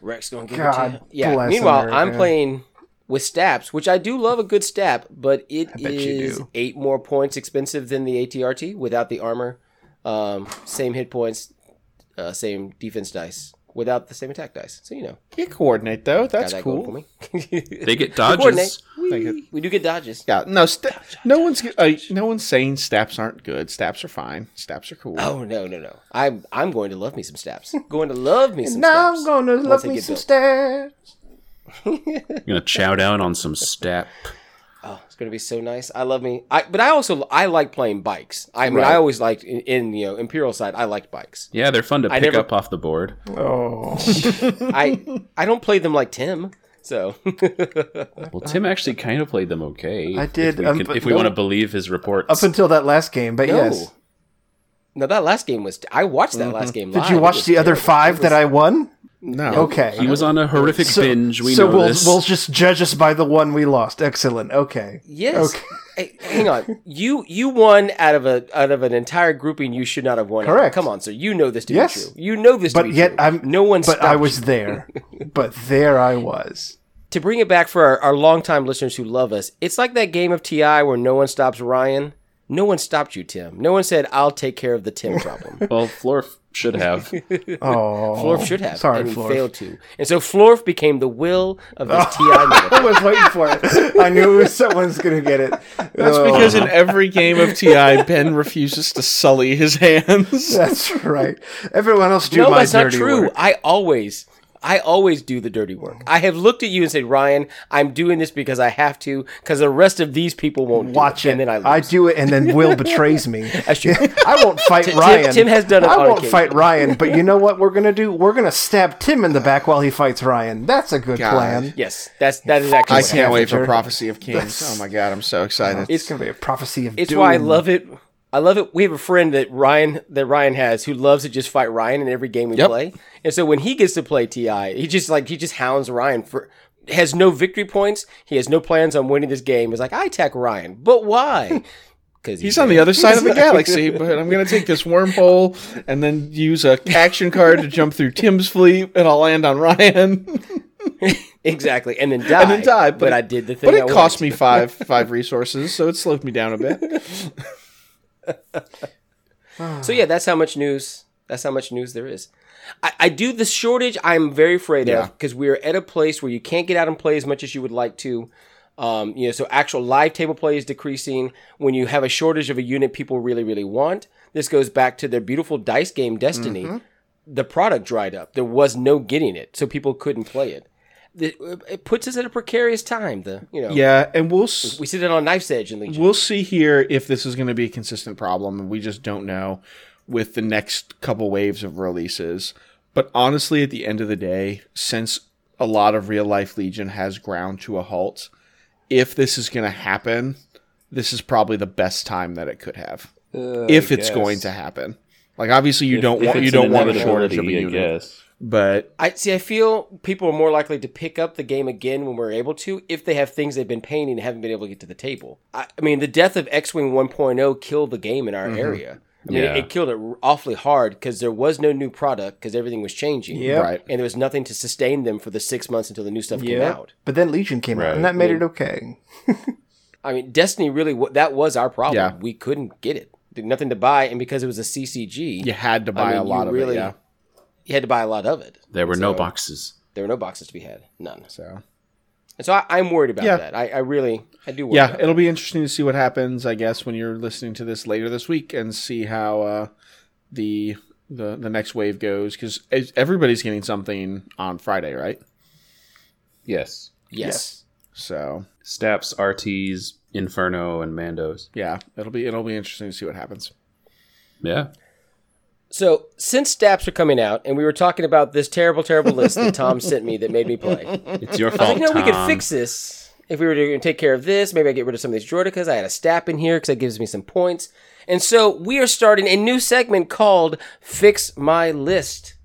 Speaker 6: Rex gonna give
Speaker 5: God
Speaker 6: it to you. Yeah.
Speaker 5: bless
Speaker 6: Meanwhile,
Speaker 5: America.
Speaker 6: I'm playing with Staps, which I do love a good Stap, but it
Speaker 5: bet you
Speaker 6: is
Speaker 5: do.
Speaker 6: eight more points expensive than the ATRT without the armor. Um, same hit points, uh, same defense dice without the same attack dice. So you know,
Speaker 1: you coordinate though.
Speaker 6: got
Speaker 1: That's
Speaker 6: that going for
Speaker 1: cool.
Speaker 6: me.
Speaker 4: They get
Speaker 6: Coordinate.
Speaker 4: dodges.
Speaker 6: Whee! We do get dodges.
Speaker 1: Yeah, no, sta no one's g- uh, no one's saying staps aren't good. Staps are fine. Staps are cool.
Speaker 6: Oh no no no! I'm I'm going to love me some Staps. Going to love me some.
Speaker 5: Now I'm
Speaker 6: Staps
Speaker 5: going to
Speaker 6: once
Speaker 5: love
Speaker 6: they
Speaker 5: me
Speaker 6: get
Speaker 5: some
Speaker 6: built.
Speaker 5: stats.
Speaker 4: I'm gonna chow down on some step.
Speaker 6: Oh, it's gonna be so nice. I love me. I but I also I like playing bikes. I mean, I always liked in, in you know Imperial side. I liked bikes.
Speaker 4: Yeah, they're fun to pick
Speaker 6: never-
Speaker 4: up off the board.
Speaker 5: Oh.
Speaker 6: I I don't play them like Tim. So
Speaker 4: Well, Tim actually kind of played them okay.
Speaker 5: I
Speaker 4: If
Speaker 5: did,
Speaker 4: we,
Speaker 5: um,
Speaker 4: can-
Speaker 5: but
Speaker 4: if we
Speaker 5: no-
Speaker 4: want to believe his reports.
Speaker 5: Up until that last game, but
Speaker 6: no.
Speaker 5: yes.
Speaker 6: No, that last game was. I watched that last game.
Speaker 5: Mm-hmm. Did
Speaker 6: live.
Speaker 5: you
Speaker 6: It
Speaker 5: watch
Speaker 6: was
Speaker 5: the other
Speaker 6: terrible.
Speaker 5: five that I won?
Speaker 1: no.
Speaker 5: Okay.
Speaker 4: he was on a horrific
Speaker 5: So,
Speaker 4: binge. We
Speaker 5: so
Speaker 4: know
Speaker 5: we'll
Speaker 4: this.
Speaker 5: we'll just judge us by the one we lost. Excellent. Okay.
Speaker 6: Yes.
Speaker 5: Okay.
Speaker 6: Hey, hang on. You you won out of a out of an entire grouping you should not have won. out of.
Speaker 5: Correct.
Speaker 6: Come on, sir. You know this to
Speaker 5: Yes.
Speaker 6: be true. You know this to
Speaker 5: But
Speaker 6: be
Speaker 5: yet
Speaker 6: true.
Speaker 5: I'm
Speaker 6: no one
Speaker 5: But I
Speaker 6: stopped
Speaker 5: was there. but there I was.
Speaker 6: to bring it back for our, our longtime listeners who love us, it's like that game of TI where no one stops Ryan. No one stopped you, Tim. No one said, I'll take care of the Tim problem.
Speaker 4: well, Florf Should have.
Speaker 5: Oh,
Speaker 6: Florf should have,
Speaker 5: Sorry,
Speaker 6: and
Speaker 5: Florf.
Speaker 6: failed to. And so Florf became the will of the TI
Speaker 5: I
Speaker 6: military.
Speaker 5: was waiting for it. I knew it was- someone's gonna get it. Oh,
Speaker 1: That's
Speaker 6: Oh.
Speaker 1: because in every game of TI, Ben refuses to sully his hands.
Speaker 5: that's right. Everyone else do
Speaker 6: no,
Speaker 5: my
Speaker 6: that's not
Speaker 5: dirty
Speaker 6: true.
Speaker 5: work.
Speaker 6: I always, I always do the dirty work. I have looked at you and said, Ryan, I'm doing this because I have to, because the rest of these people won't
Speaker 5: Watch
Speaker 6: do it.
Speaker 5: it.
Speaker 6: And then I, lose.
Speaker 5: I do it, and then Will betrays me.
Speaker 6: That's true.
Speaker 5: I won't fight
Speaker 6: Tim-
Speaker 5: Ryan.
Speaker 6: Tim has done it
Speaker 5: I
Speaker 6: on
Speaker 5: won't
Speaker 6: occasion.
Speaker 5: fight Ryan, but you know what we're gonna do? We're gonna stab Tim in the back while he fights Ryan. That's a good
Speaker 1: God.
Speaker 5: plan.
Speaker 6: Yes, that's that is actually.
Speaker 1: I
Speaker 6: what happened.
Speaker 1: can't wait for
Speaker 5: Sure.
Speaker 1: Prophecy of Kings. Oh my god, I'm so excited.
Speaker 5: It's gonna be a prophecy of
Speaker 6: It's
Speaker 5: doom.
Speaker 6: why I love it. I love it. We have a friend that Ryan that Ryan has who loves to just fight Ryan in every game we
Speaker 1: Yep.
Speaker 6: play. And so when he gets to play Ti, he just like he just hounds Ryan for has no victory points. He has no plans on winning this game. He's like, I attack Ryan, but why? Because
Speaker 1: He's on the other side of the galaxy, but I'm going to take this wormhole and then use a action card to jump through Tim's fleet, and I'll land on Ryan
Speaker 6: exactly, and then die.
Speaker 1: and then die.
Speaker 6: But, I did the thing.
Speaker 1: But it
Speaker 6: I
Speaker 1: cost me
Speaker 6: wanted
Speaker 1: five five resources, so it slowed me down a bit.
Speaker 6: to. So yeah, that's how much news. That's how much news there is. I, I do the shortage. I'm very afraid
Speaker 1: Yeah.
Speaker 6: of because we are at a place where you can't get out and play as much as you would like to. Um, you know, so actual live table play is decreasing. When you have a shortage of a unit people really, really want, this goes back to their beautiful dice game Destiny.
Speaker 1: Mm-hmm.
Speaker 6: The product dried up. There was no getting it, so people couldn't play it. The- It puts us at a precarious time. The you know,
Speaker 1: Yeah, and we'll s-
Speaker 6: we sit it on knife's edge in Legion.
Speaker 1: we'll see here if this is going to be a consistent problem, and we just don't know with the next couple waves of releases. But honestly, at the end of the day, since a lot of real life Legion has ground to a halt, if this is going to happen, this is probably the best time that it could have.
Speaker 6: Uh,
Speaker 1: if it's going to happen, like obviously you don't want you don't want a shortage of a unit,
Speaker 4: Yes.
Speaker 1: but
Speaker 6: I see. I feel people are more likely to pick up the game again when we're able to, if they have things they've been painting and haven't been able to get to the table. I, I mean, the death of X Wing 1.0 killed the game in our
Speaker 1: Mm-hmm.
Speaker 6: area. I mean,
Speaker 4: Yeah.
Speaker 6: it, it killed it awfully hard because there was no new product because everything was changing.
Speaker 5: Yep.
Speaker 1: right.
Speaker 6: And there was nothing to sustain them for the six months until the new stuff came
Speaker 5: Yeah.
Speaker 6: out.
Speaker 5: But then Legion came out,
Speaker 4: Right.
Speaker 5: and that made it okay.
Speaker 6: I mean, Destiny really, wa- that was our problem.
Speaker 1: Yeah.
Speaker 6: We couldn't get it. There's nothing to buy. And because it was a CCG,
Speaker 1: You had to
Speaker 6: I
Speaker 1: buy
Speaker 6: mean,
Speaker 1: a
Speaker 6: you
Speaker 1: lot of
Speaker 6: really-
Speaker 1: it, yeah.
Speaker 6: you had to buy a lot of it.
Speaker 4: There were no
Speaker 6: So-
Speaker 4: boxes.
Speaker 6: There were no boxes to be had. None.
Speaker 1: So
Speaker 6: And so I, I'm worried about
Speaker 1: Yeah.
Speaker 6: that. I, I really, I do worry
Speaker 1: yeah,
Speaker 6: about
Speaker 1: it'll be interesting to see what happens, I guess, when you're listening to this later this week and see how uh, the the the next wave goes because everybody's getting something on Friday, right?
Speaker 4: Yes.
Speaker 6: yes.
Speaker 1: So
Speaker 4: Staps, RTs, Inferno, and Mandos.
Speaker 1: yeah, it'll be it'll be interesting to see what happens.
Speaker 4: Yeah.
Speaker 6: So, since Staps are coming out, and we were talking about this terrible, terrible list that Tom sent me that made me play,
Speaker 4: It's your
Speaker 6: I was
Speaker 4: fault.
Speaker 6: like, no, we could
Speaker 4: Tom.
Speaker 6: fix this. If we were to take care of this, maybe I get rid of some of these Jordicas. I had a Stap in here because that gives me some points. And so, we are starting a new segment called Fix My List.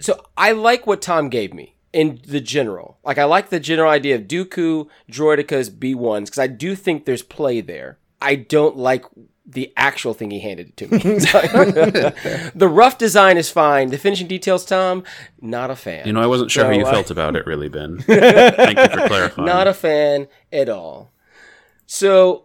Speaker 6: So, I like what Tom gave me in the general. Like, I like the general idea of Dooku, Droidicas, B1s, because I do think there's play there. I don't like the actual thing he handed to me. The rough design is fine. The finishing details, Tom, not a fan.
Speaker 4: You know, I wasn't sure how
Speaker 6: So,
Speaker 4: you
Speaker 6: uh,
Speaker 4: felt about it, really, Ben. Thank you for clarifying.
Speaker 6: not a fan at all. So,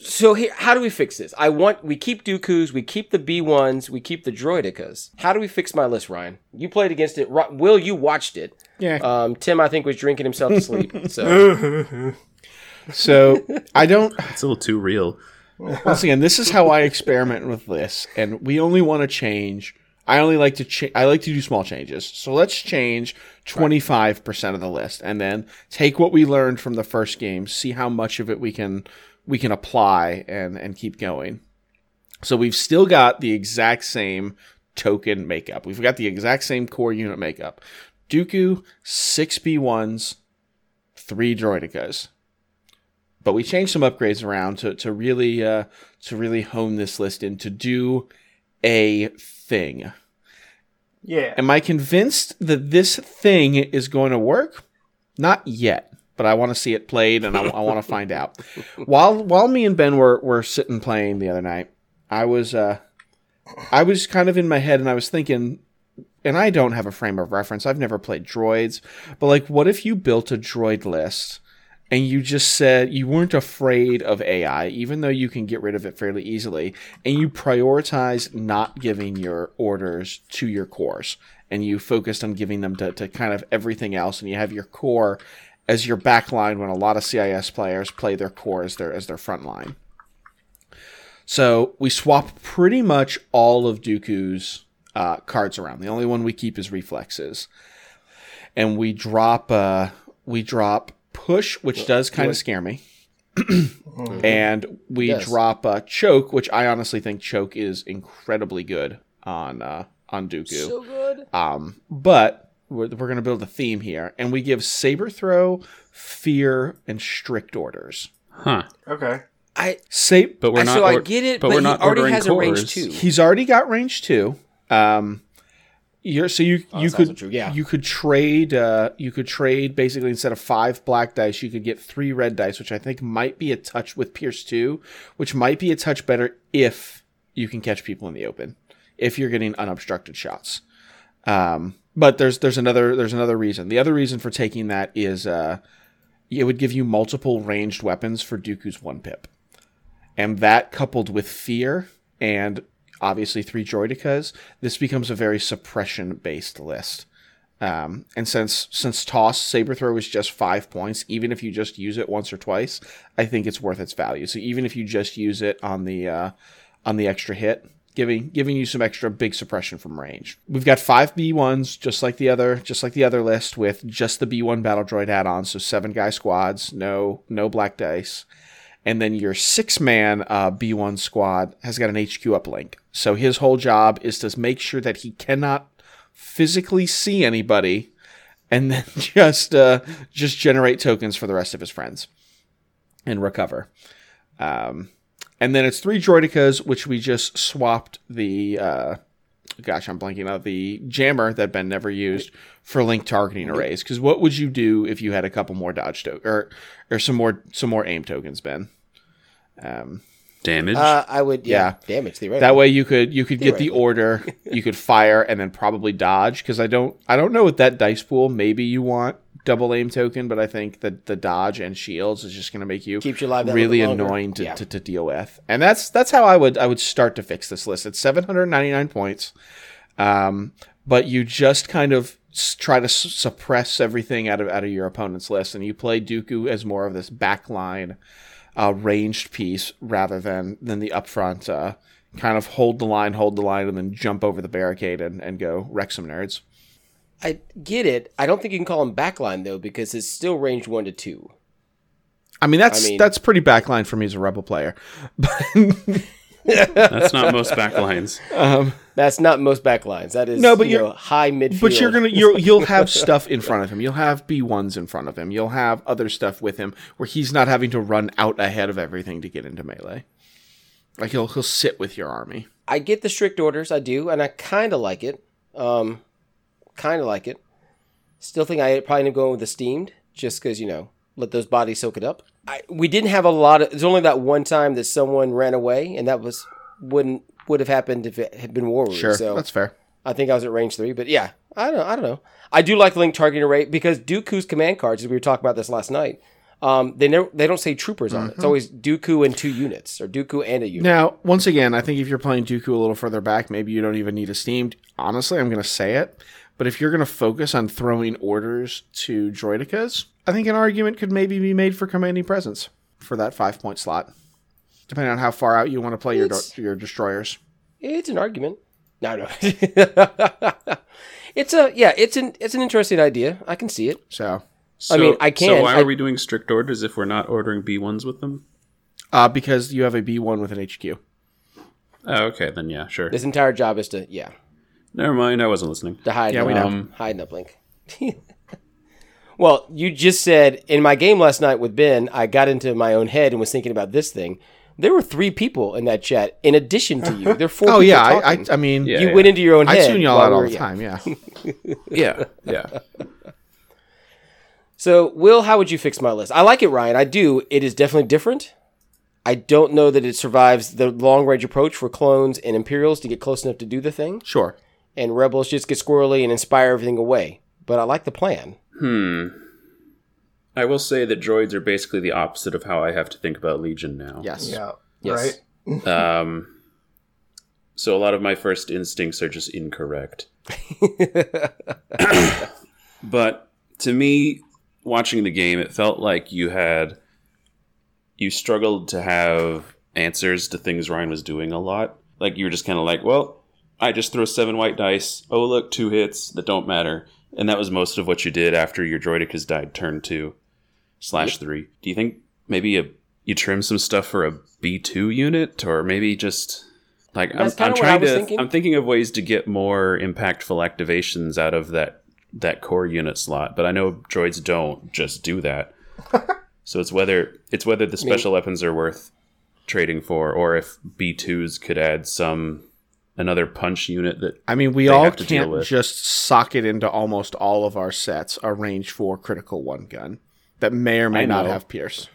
Speaker 6: so here, how do we fix this? I want we keep Dooku's, we keep the B ones, we keep the Droidicas. How do we fix my list, Ryan? You played against it. Ro- Will you watched it?
Speaker 1: Yeah.
Speaker 6: Um, Tim, I think was drinking himself to sleep. So
Speaker 1: So I don't.
Speaker 4: it's a little too real.
Speaker 1: Once again, this is how I experiment with lists, and we only want to change. I only like to cha- I like to do small changes. So let's change 25% of the list and then take what we learned from the first game, see how much of it we can we can apply and and keep going. So we've still got the exact same token makeup. We've got the exact same core unit makeup. Dooku, 6B1s, 3 droidicas but we changed some upgrades around to, to really uh, to really hone this list in to do a thing.
Speaker 5: Yeah.
Speaker 1: Am I convinced that this thing is going to work? Not yet, but I want to see it played and I, I want to find out. While while me and Ben were, were sitting playing the other night, I was uh, I was kind of in my head and I was thinking, and I don't have a frame of reference. I've never played droids, but like, what if you built a droid list and you just said you weren't afraid of AI, even though you can get rid of it fairly easily, and you prioritize not giving your orders to your cores, and you focused on giving them to, to kind of everything else, and you have your core as your back line when a lot of CIS players play their core as their as their front line. So we swap pretty much all of Dooku's uh, cards around. The only one we keep is reflexes, and we drop uh, we drop push, which does kind of scare me, and we
Speaker 6: Yes.
Speaker 1: drop uh, choke, which I honestly think choke is incredibly good on uh, on Dooku.
Speaker 6: good.
Speaker 1: Um, but we're, we're going to build a theme here, and we give saber throw, fear, and strict orders.
Speaker 4: Huh.
Speaker 5: Okay.
Speaker 7: I
Speaker 1: Sa-
Speaker 4: But we're
Speaker 7: I-
Speaker 4: not.
Speaker 7: so I
Speaker 4: or-
Speaker 7: get it,
Speaker 4: but
Speaker 7: but,
Speaker 4: we're
Speaker 7: he
Speaker 4: not
Speaker 7: already
Speaker 4: ordering
Speaker 7: has a range
Speaker 4: cores.
Speaker 7: too.
Speaker 1: he's already got range two. Um, you're so you
Speaker 6: Oh,
Speaker 1: you
Speaker 6: that's also
Speaker 1: could
Speaker 6: true, yeah.
Speaker 1: you could trade uh, you could trade basically instead of five black dice, you could get three red dice, which I think might be a touch with Pierce two, which might be a touch better if you can catch people in the open, if you're getting unobstructed shots. Um, but there's there's another there's another reason. The other reason for taking that is uh, it would give you multiple ranged weapons for Dooku's one pip and that coupled with fear and obviously three droidicas this becomes a very suppression based list um, and since since toss saber throw is just five points even if you just use it once or twice i think it's worth its value so even if you just use it on the uh, on the extra hit giving giving you some extra big suppression from range we've got five b1s just like the other just like the other list with just the b1 battle droid add-on so seven guy squads no no black dice and then your six man uh, B1 squad has got an HQ uplink. So his whole job is to make sure that he cannot physically see anybody and then just uh, just generate tokens for the rest of his friends and recover. Um, and then it's three droidicas, which we just swapped the. Uh, gosh, I'm blanking out the jammer that Ben never used for link targeting arrays. Because what would you do if you had a couple more dodge tokens or or some more some more aim tokens, Ben? Um,
Speaker 4: damage.
Speaker 6: Uh, I would, yeah, damage theoretically.
Speaker 1: that way you could you could get the order, you could fire, and then probably dodge. Because I don't I don't know with that dice pool. Maybe you want double aim token, but I think that the dodge and shields is just going to make you
Speaker 6: Keeps you alive that
Speaker 1: really
Speaker 6: little bit longer.
Speaker 1: annoying to,
Speaker 6: Yeah.
Speaker 1: to, to deal with. And that's that's how I would I would start to fix this list. It's 799 points. Um, but you just kind of s- try to s- suppress everything out of out of your opponent's list, and you play Dooku as more of this backline uh, ranged piece rather than than the upfront uh, kind of hold the line, hold the line, and then jump over the barricade and, and go wreck some nerds.
Speaker 6: I get it. I don't think you can call him backline though, because it's still range one to two.
Speaker 1: I mean that's
Speaker 6: I mean-
Speaker 1: that's pretty backline for me as a rebel player.
Speaker 4: That's not most backlines.
Speaker 6: That's not most backlines. That is
Speaker 1: No, but
Speaker 6: you
Speaker 1: you're-
Speaker 6: know, high midfield.
Speaker 1: But you're gonna you're, you'll have stuff in front of him. You'll have B ones in front of him. You'll have other stuff with him where he's not having to run out ahead of everything to get into melee. Like he'll he'll sit with your army.
Speaker 6: I get the strict orders, I do, and I kind of like it. Um, kind of like it. Still think I probably end up going with the steamed, just because you know let those bodies soak it up. I, we didn't have a lot of. There's only that one time that someone ran away, and that was wouldn't would have happened if it had been war. Room,
Speaker 1: Sure,
Speaker 6: so
Speaker 1: that's fair.
Speaker 6: I think I was at range three, but yeah, I don't, I don't know. I do like link targeting array because Dooku's command cards, as we were talking about this last night, um, they never they don't say troopers on it.
Speaker 1: Mm-hmm.
Speaker 6: It's always Dooku and two units or Dooku and a unit.
Speaker 1: Now, once again, I think if you're playing Dooku a little further back, maybe you don't even need a steamed. Honestly, I'm going to say it, but if you're going to focus on throwing orders to droidicas, I think an argument could maybe be made for commanding presence for that five point slot, depending on how far out you want to play your
Speaker 6: It's-
Speaker 1: do- your destroyers.
Speaker 6: It's an argument. No, no. it's a yeah. It's an it's an interesting idea. I can see it.
Speaker 1: So,
Speaker 4: So,
Speaker 6: mean, I
Speaker 4: So
Speaker 6: can.
Speaker 4: why
Speaker 6: I-
Speaker 4: are we doing strict orders if we're not ordering B ones with them?
Speaker 1: uh, because you have a B one with an HQ,
Speaker 4: Oh, okay, then yeah, sure.
Speaker 6: This entire job is to yeah
Speaker 4: Never mind. I wasn't listening.
Speaker 6: to hide.
Speaker 1: Yeah,
Speaker 6: an
Speaker 1: we
Speaker 6: up-
Speaker 4: know.
Speaker 6: hide an uplink. well, you just said in my game last night with Ben, I got into my own head and was thinking about this thing. There were three people in that chat in addition to you. There are four.
Speaker 1: oh
Speaker 6: people
Speaker 1: yeah, I, I,
Speaker 6: talking.
Speaker 1: I mean,
Speaker 4: Yeah.
Speaker 6: you went into your own
Speaker 1: I
Speaker 6: head.
Speaker 1: tune y'all
Speaker 6: while
Speaker 1: out
Speaker 6: we
Speaker 1: all
Speaker 6: were-
Speaker 1: the
Speaker 6: yeah.
Speaker 1: time. Yeah,
Speaker 4: Yeah, yeah.
Speaker 6: So, Will, how would you fix my list? I like it, Ryan. I do. It is definitely different. I don't know that it survives the long range approach for clones and Imperials to get close enough to do the thing,
Speaker 1: sure.
Speaker 6: and Rebels just get squirrely and inspire everything away. But I like the plan.
Speaker 4: Hmm. I will say that droids are basically the opposite of how I have to think about Legion now.
Speaker 1: Yes.
Speaker 5: Yeah.
Speaker 6: Yes.
Speaker 5: Right.
Speaker 4: Um, so a lot of my first instincts are just incorrect. but to me, watching the game, it felt like you had you struggled to have answers to things Ryan was doing a lot. Like you were just kind of like, well, I just throw seven white dice. Oh look, two hits that don't matter. And that was most of what you did after your droidic has died turn two slash three. Do you think maybe a, you trim some stuff for a B two unit, or maybe just like I'm,
Speaker 6: That's kinda
Speaker 4: I'm
Speaker 6: what I
Speaker 4: trying
Speaker 6: was
Speaker 4: to
Speaker 6: thinking.
Speaker 4: I'm thinking of ways to get more impactful activations out of that that core unit slot, but I know droids don't just do that. so it's whether it's whether the special weapons are worth trading for, or if B twos could add some another punch unit that
Speaker 1: I mean, we
Speaker 4: They
Speaker 1: all
Speaker 4: have to deal
Speaker 1: can't
Speaker 4: with.
Speaker 1: just socket into almost all of our sets a range four critical one gun that may or may
Speaker 4: I
Speaker 1: not
Speaker 4: know.
Speaker 1: have Pierce.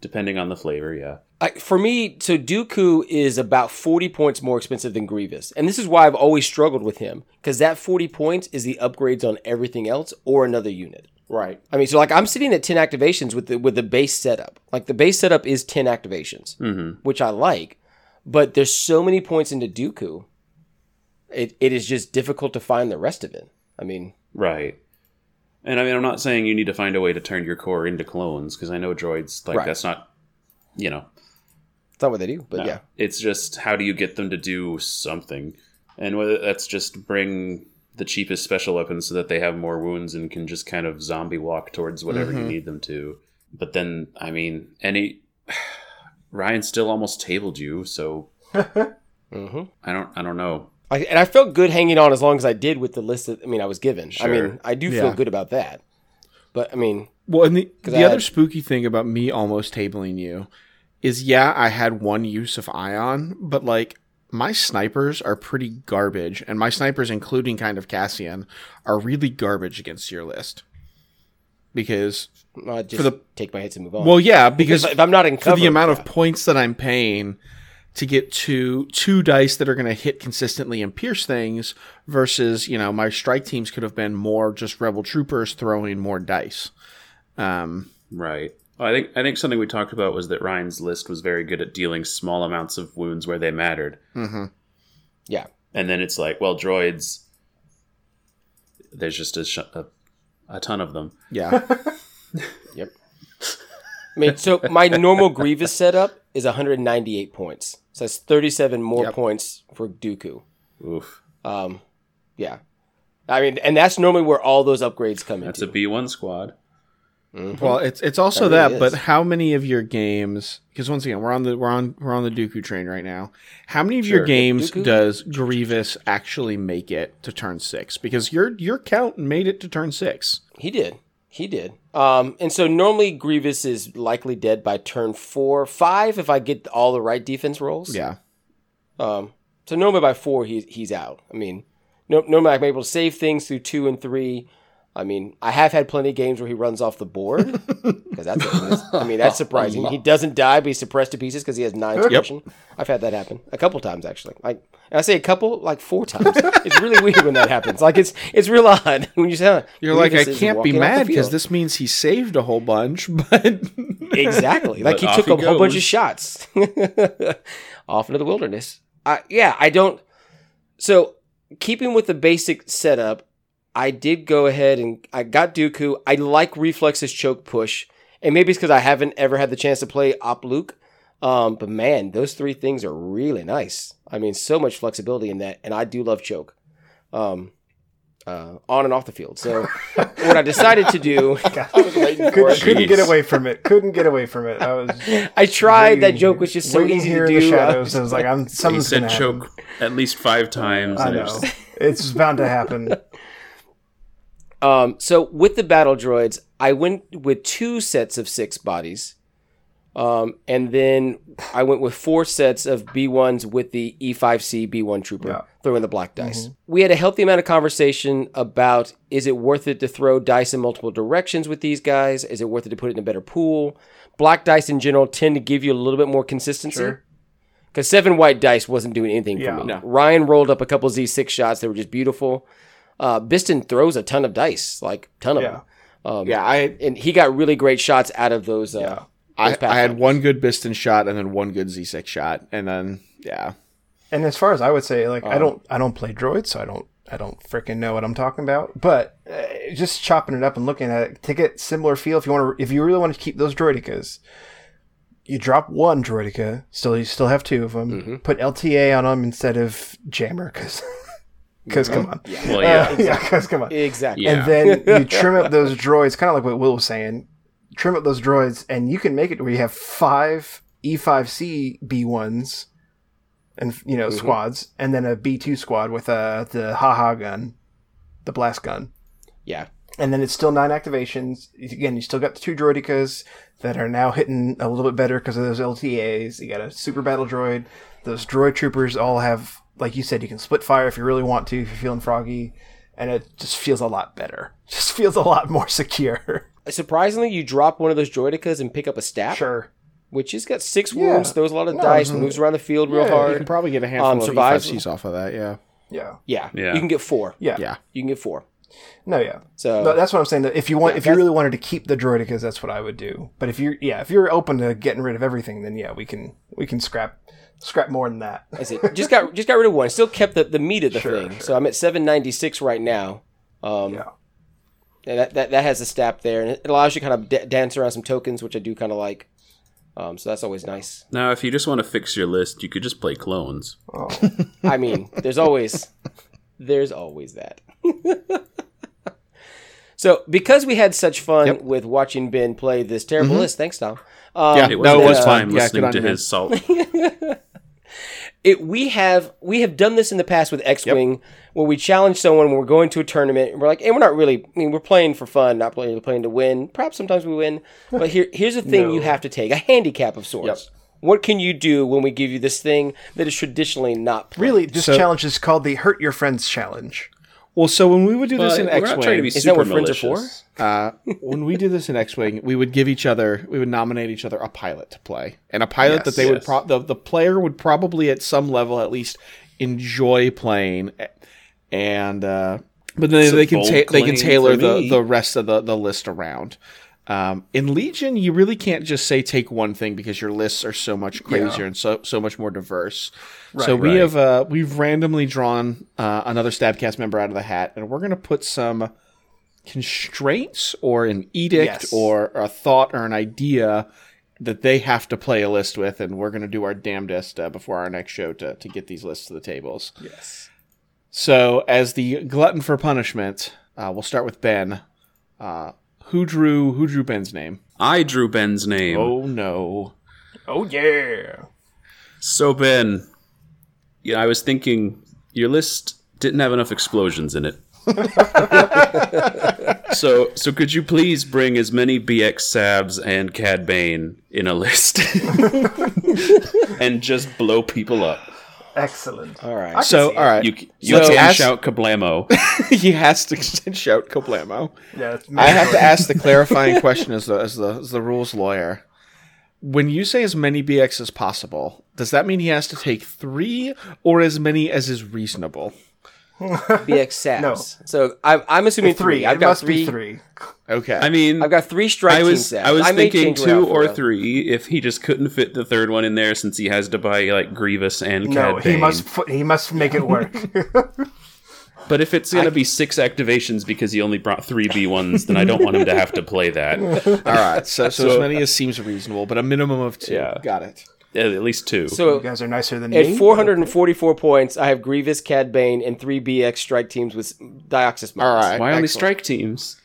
Speaker 4: depending on the flavor, yeah.
Speaker 6: I, for me, so Dooku is about 40 points more expensive than Grievous. And this is why I've always struggled with him, because that 40 points is the upgrades on everything else or another unit.
Speaker 1: Right.
Speaker 6: I mean, so like I'm sitting at 10 activations with the, with the base setup. Like the base setup is 10 activations, which I like, but there's so many points into Dooku, it, it is just difficult to find the rest of it. I mean,
Speaker 4: Right. And I mean, I'm not saying you need to find a way to turn your core into clones because I know droids like
Speaker 6: Right.
Speaker 4: that's not, you know,
Speaker 6: it's not what they do, but yeah.
Speaker 4: It's just how do you get them to do something, and whether that's just bring the cheapest special weapons so that they have more wounds and can just kind of zombie walk towards whatever
Speaker 6: Mm-hmm.
Speaker 4: you need them to. But then, I mean, any Ryan still almost tabled you, so
Speaker 6: Mhm.
Speaker 4: I don't, I don't know.
Speaker 6: I, and I felt good hanging on as long as I did with the list that I mean I was given. I
Speaker 4: Sure.
Speaker 6: mean I do
Speaker 1: Yeah.
Speaker 6: feel good about that. But I mean,
Speaker 1: Well, and the, the
Speaker 6: I
Speaker 1: other
Speaker 6: had-
Speaker 1: spooky thing about me almost tabling you is, yeah, I had one use of Ion, but like my snipers are pretty garbage, and my snipers, including kind of Cassian, are really garbage against your list. Because,
Speaker 6: I just
Speaker 1: For the-
Speaker 6: take my hits and move on.
Speaker 1: well, yeah, because
Speaker 6: if I'm not in
Speaker 1: for
Speaker 6: cover,
Speaker 1: the amount of points that I'm paying to get to two dice that are going to hit consistently and pierce things versus you know my strike teams could have been more just rebel troopers throwing more dice. Um,
Speaker 4: Right. Well, I think I think something we talked about was that Ryan's list was very good at dealing small amounts of wounds where they mattered.
Speaker 6: Mm-hmm. yeah,
Speaker 4: and then it's like well droids there's just a, sh- a, a ton of them
Speaker 1: yeah,
Speaker 6: yep. I mean, so my normal Grievous setup is 198 points. So that's 37 more
Speaker 1: Yep.
Speaker 6: points for Dooku.
Speaker 4: oof
Speaker 6: Um, yeah, I mean, and that's normally where all those upgrades come
Speaker 4: that's
Speaker 6: into.
Speaker 4: a b1 squad
Speaker 1: well, it's it's also
Speaker 6: That
Speaker 1: that,
Speaker 6: really
Speaker 1: but
Speaker 6: is.
Speaker 1: how many of your games? Because once again, we're on the we're on we're on the Dooku train right now. How many of your
Speaker 4: Sure.
Speaker 1: games
Speaker 6: Dooku?
Speaker 1: does Grievous actually make it to turn six? Because your your count made it to turn six.
Speaker 6: He did. He did. Um, and so normally Grievous is likely dead by turn four, five, if I get all the right defense rolls.
Speaker 1: Yeah,
Speaker 6: Um, so normally by four, he's he's out. I mean, no, normally I'm able to save things through two and three. I mean, I have had plenty of games where he runs off the board because that's. I mean, that's surprising. He doesn't die, but he's suppressed to pieces because he has nine suppression. I've had that happen a couple times actually. Like and I say a couple, like four times. it's really weird when that happens. Like it's it's real odd when you say "Huh,
Speaker 1: You're like, I
Speaker 6: Grievous is
Speaker 1: can't be
Speaker 6: walking off the
Speaker 1: mad because
Speaker 6: field."
Speaker 1: this means he saved a whole bunch, but
Speaker 6: exactly like he
Speaker 4: But
Speaker 6: took a
Speaker 4: off he
Speaker 6: whole bunch of
Speaker 4: goes.
Speaker 6: shots off into the wilderness I, yeah i don't so keeping with the basic setup i did go ahead and i got dooku i like reflexes choke push and maybe it's because i haven't ever had the chance to play op luke um, but man those three things are really nice i mean so much flexibility in that and i do love choke um, uh, on and off the field so what i decided to do I was waiting for it.
Speaker 5: Couldn't, couldn't get away from it. Couldn't get away from it. I was
Speaker 6: I tried. That
Speaker 5: waiting-
Speaker 6: joke was just so
Speaker 5: waiting
Speaker 6: easy
Speaker 5: here
Speaker 6: to do.
Speaker 5: in the
Speaker 6: Uh,
Speaker 5: shadows. I was like, I'm
Speaker 4: he
Speaker 5: something's
Speaker 4: said
Speaker 5: gonna
Speaker 4: choke
Speaker 5: happen.
Speaker 4: at least five times
Speaker 5: I
Speaker 4: and I
Speaker 5: know.
Speaker 4: just-
Speaker 5: it's bound to happen.
Speaker 6: Um, so with the battle droids, I went with two sets of six bodies, um, and then I went with four sets of B ones with the E five C B one trooper
Speaker 5: Yeah. Mm-hmm.
Speaker 6: throwing the black dice. We had a healthy amount of conversation about is it worth it to throw dice in multiple directions with these guys? Is it worth it to put it in a better pool? Black dice in general tend to give you a little bit more consistency.
Speaker 5: Sure.
Speaker 6: Because seven white dice wasn't doing anything
Speaker 5: Yeah.
Speaker 6: for me.
Speaker 5: No.
Speaker 6: Ryan rolled up a couple Z6 shots. They were just beautiful. Uh, Biston throws a ton of dice, like ton of
Speaker 5: Yeah.
Speaker 6: them. Um,
Speaker 1: Yeah, I
Speaker 6: and he got really great shots out of those. Uh,
Speaker 1: I,
Speaker 6: those
Speaker 1: I had
Speaker 6: Pathfinders.
Speaker 1: one good Biston shot and then one good Z6 shot, and then yeah,
Speaker 5: And as far as I would say, like
Speaker 4: Uh.
Speaker 5: I don't I don't play droids, so I don't I don't freaking know what I'm talking about. But uh, just chopping it up and looking at it to get similar feel. If you want to, if you really want to keep those droidicas, you drop one droidica, so you still have two of them.
Speaker 4: Mm-hmm.
Speaker 5: Put LTA on them instead of jammer, because come on, yeah,
Speaker 4: Well, yeah.
Speaker 5: yeah, 'cause
Speaker 6: uh,
Speaker 5: come on,
Speaker 6: Exactly.
Speaker 4: Yeah.
Speaker 5: Uh, and then you trim up those droids, kind of like what Will was saying. Trim up those droids, and you can make it where you have five E5C B1s, and you know squads, and then a B2 squad with uh, the haha gun, the blast gun,
Speaker 6: Yeah.
Speaker 5: and then it's still nine activations. Again, you still got the two droidicas that are now hitting a little bit better because of those LTAs. You got a super battle droid. Those droid troopers all have, like you said, you can split fire if you really want to, if you're feeling froggy, and it just feels a lot better. Just feels a lot more secure.
Speaker 6: Surprisingly, you drop one of those droidicas and pick up a staff,
Speaker 5: Sure.
Speaker 6: which has got six
Speaker 5: Yeah. mm-hmm.
Speaker 6: wounds, throws a lot of dice, moves around the field real
Speaker 5: Yeah,
Speaker 1: you can
Speaker 6: hard.
Speaker 1: probably get a handful
Speaker 6: Um,
Speaker 1: of
Speaker 6: survive-
Speaker 1: E5Cs off of that. Yeah,
Speaker 5: Yeah.
Speaker 6: yeah.
Speaker 4: Yeah.
Speaker 6: You can get four.
Speaker 5: Yeah.
Speaker 1: yeah.
Speaker 6: You can get four.
Speaker 5: No. Yeah.
Speaker 6: So
Speaker 5: But that's what I'm saying. That if you
Speaker 6: Uh,
Speaker 5: want,
Speaker 6: Yeah,
Speaker 5: if you
Speaker 6: that's-
Speaker 5: really wanted to keep the droidicas, that's what I would do. But if you're, yeah, if you're open to getting rid of everything, then yeah, we can we can scrap scrap more than that.
Speaker 6: that's it. Just got just got rid of one. Still kept the, the meat of the
Speaker 5: Sure,
Speaker 6: thing.
Speaker 5: sure.
Speaker 6: So I'm at seven ninety six right now. Um,
Speaker 5: Yeah.
Speaker 6: and that, that that has a stat there, and it allows you to kind of d- dance around some tokens, which I do kind of like. Um, so that's always nice.
Speaker 4: Now, if you just want to fix your list, you could just play clones.
Speaker 6: I mean, there's always there's always that. so because we had such fun with watching Ben play this terrible
Speaker 5: Mm-hmm.
Speaker 6: list, thanks Tom. Um,
Speaker 1: Yeah,
Speaker 4: It was
Speaker 1: No,
Speaker 4: a
Speaker 1: it
Speaker 4: good
Speaker 1: was
Speaker 4: time
Speaker 1: fun. Yeah,
Speaker 4: listening
Speaker 1: good on
Speaker 4: to
Speaker 1: you, man.
Speaker 4: his salt.
Speaker 6: it we have we have done this in the past with X Wing where we challenge someone when we're going to a tournament and we're like, and we're not really I mean we're playing for fun, not playing playing to win. Perhaps sometimes we win. But here here's a thing you have to take, a handicap of sorts. What can you do when we give you this thing that is traditionally not played?
Speaker 5: Really, this
Speaker 1: So-
Speaker 5: challenge is called the Hurt Your Friends Challenge.
Speaker 1: Well, so when we would do this
Speaker 4: But
Speaker 1: in
Speaker 4: we're not trying to
Speaker 1: X-wing,
Speaker 4: be
Speaker 6: Is that
Speaker 4: super
Speaker 6: what friends are for?
Speaker 4: malicious.
Speaker 1: uh, when we did this in X-wing, we would give each other, we would nominate each other a pilot to play, and a pilot that they would
Speaker 4: Yes.
Speaker 1: pro- the the player would probably at some level at least enjoy playing, and uh, but then
Speaker 4: a
Speaker 1: they can
Speaker 4: bold
Speaker 1: ta- they
Speaker 4: claim
Speaker 1: can tailor
Speaker 4: for
Speaker 1: the
Speaker 4: me.
Speaker 1: the rest of the the list around. Um, in Legion, you really can't just say take one thing because your lists are so much crazier and so so much more diverse. so we
Speaker 4: right.
Speaker 1: have uh, we've randomly drawn uh, another Stabcast member out of the hat, and we're gonna put some constraints or an edict
Speaker 5: Yes.
Speaker 1: or a thought or an idea that they have to play a list with, and we're gonna do our damnedest uh, before our next show to to get these lists to the tables.
Speaker 5: Yes.
Speaker 1: So, as the glutton for punishment, uh, we'll start with Ben. Uh, who drew who drew Ben's name?
Speaker 4: I drew Ben's name.
Speaker 1: Oh no!
Speaker 5: Oh yeah.
Speaker 4: So Ben, yeah, I was thinking your list didn't have enough explosions in it. so so could you please bring as many BX Sabs and Cad Bane in a list and just blow people up?
Speaker 5: Excellent.
Speaker 6: All right.
Speaker 1: So, all right,
Speaker 4: You c- you
Speaker 1: So
Speaker 4: can
Speaker 1: as-
Speaker 4: shout kablamo.
Speaker 1: he has to shout Kablamo.
Speaker 5: Yeah, it's
Speaker 1: I have to ask the clarifying question as the as the as the rules lawyer. When you say as many BX as possible, does that mean he has to take three or as many as is reasonable?
Speaker 6: BX Sabs.
Speaker 5: No.
Speaker 6: So I'm, I'm assuming 3
Speaker 5: three.
Speaker 6: I've
Speaker 5: it
Speaker 6: got
Speaker 5: must
Speaker 6: three.
Speaker 5: be three.
Speaker 1: Okay.
Speaker 4: I mean,
Speaker 6: I've got three strike
Speaker 4: I was
Speaker 6: team Sabs.
Speaker 4: I was
Speaker 6: may
Speaker 4: thinking
Speaker 6: change it out
Speaker 4: two
Speaker 6: for
Speaker 4: or
Speaker 6: a-
Speaker 4: three if he just couldn't fit the third one in there since he has to buy like Grievous and
Speaker 5: No,
Speaker 4: Cad
Speaker 5: he
Speaker 4: Bane.
Speaker 5: must fu- he must make it work.
Speaker 4: But if it's going to be six activations because he only brought three B1s, then I don't want him to have to play that.
Speaker 1: all right. So, so, as
Speaker 4: So-
Speaker 1: many as seems reasonable, but a minimum of two.
Speaker 4: Yeah.
Speaker 1: Got it.
Speaker 4: At at least two.
Speaker 5: you
Speaker 6: So
Speaker 5: guys are nicer than
Speaker 6: at
Speaker 5: me.
Speaker 6: 444 points, I have Grievous, Cad Bane, and three BX strike teams with Dioxys.
Speaker 1: All right.
Speaker 4: Why only
Speaker 1: excellent.
Speaker 4: strike teams?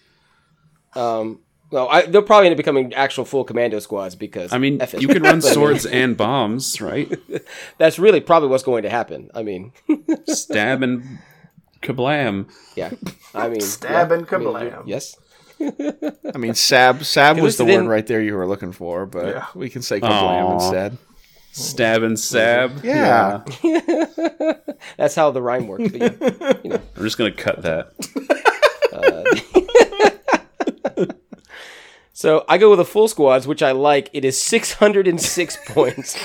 Speaker 6: Um, well, I, they'll probably end up becoming actual full commando squads because
Speaker 4: I mean,
Speaker 6: F it.
Speaker 4: you can run swords and bombs, right?
Speaker 6: that's really probably what's going to happen. I mean,
Speaker 4: Stab and kablam.
Speaker 6: yeah, I mean,
Speaker 5: Stab
Speaker 6: yeah,
Speaker 5: and
Speaker 6: I mean,
Speaker 5: kablam.
Speaker 6: you're- yes,
Speaker 1: I mean, Sab Sab was
Speaker 6: least
Speaker 1: the
Speaker 6: it
Speaker 1: word
Speaker 6: didn't-
Speaker 1: right there you were looking for, but
Speaker 5: Yeah.
Speaker 1: we can say Kablam
Speaker 4: Aw.
Speaker 1: instead.
Speaker 4: Stab and sab.
Speaker 1: Yeah.
Speaker 6: that's how the rhyme works. But yeah.
Speaker 4: I'm just going to cut that.
Speaker 6: So I go with the full squads, which I like. It is 606 points.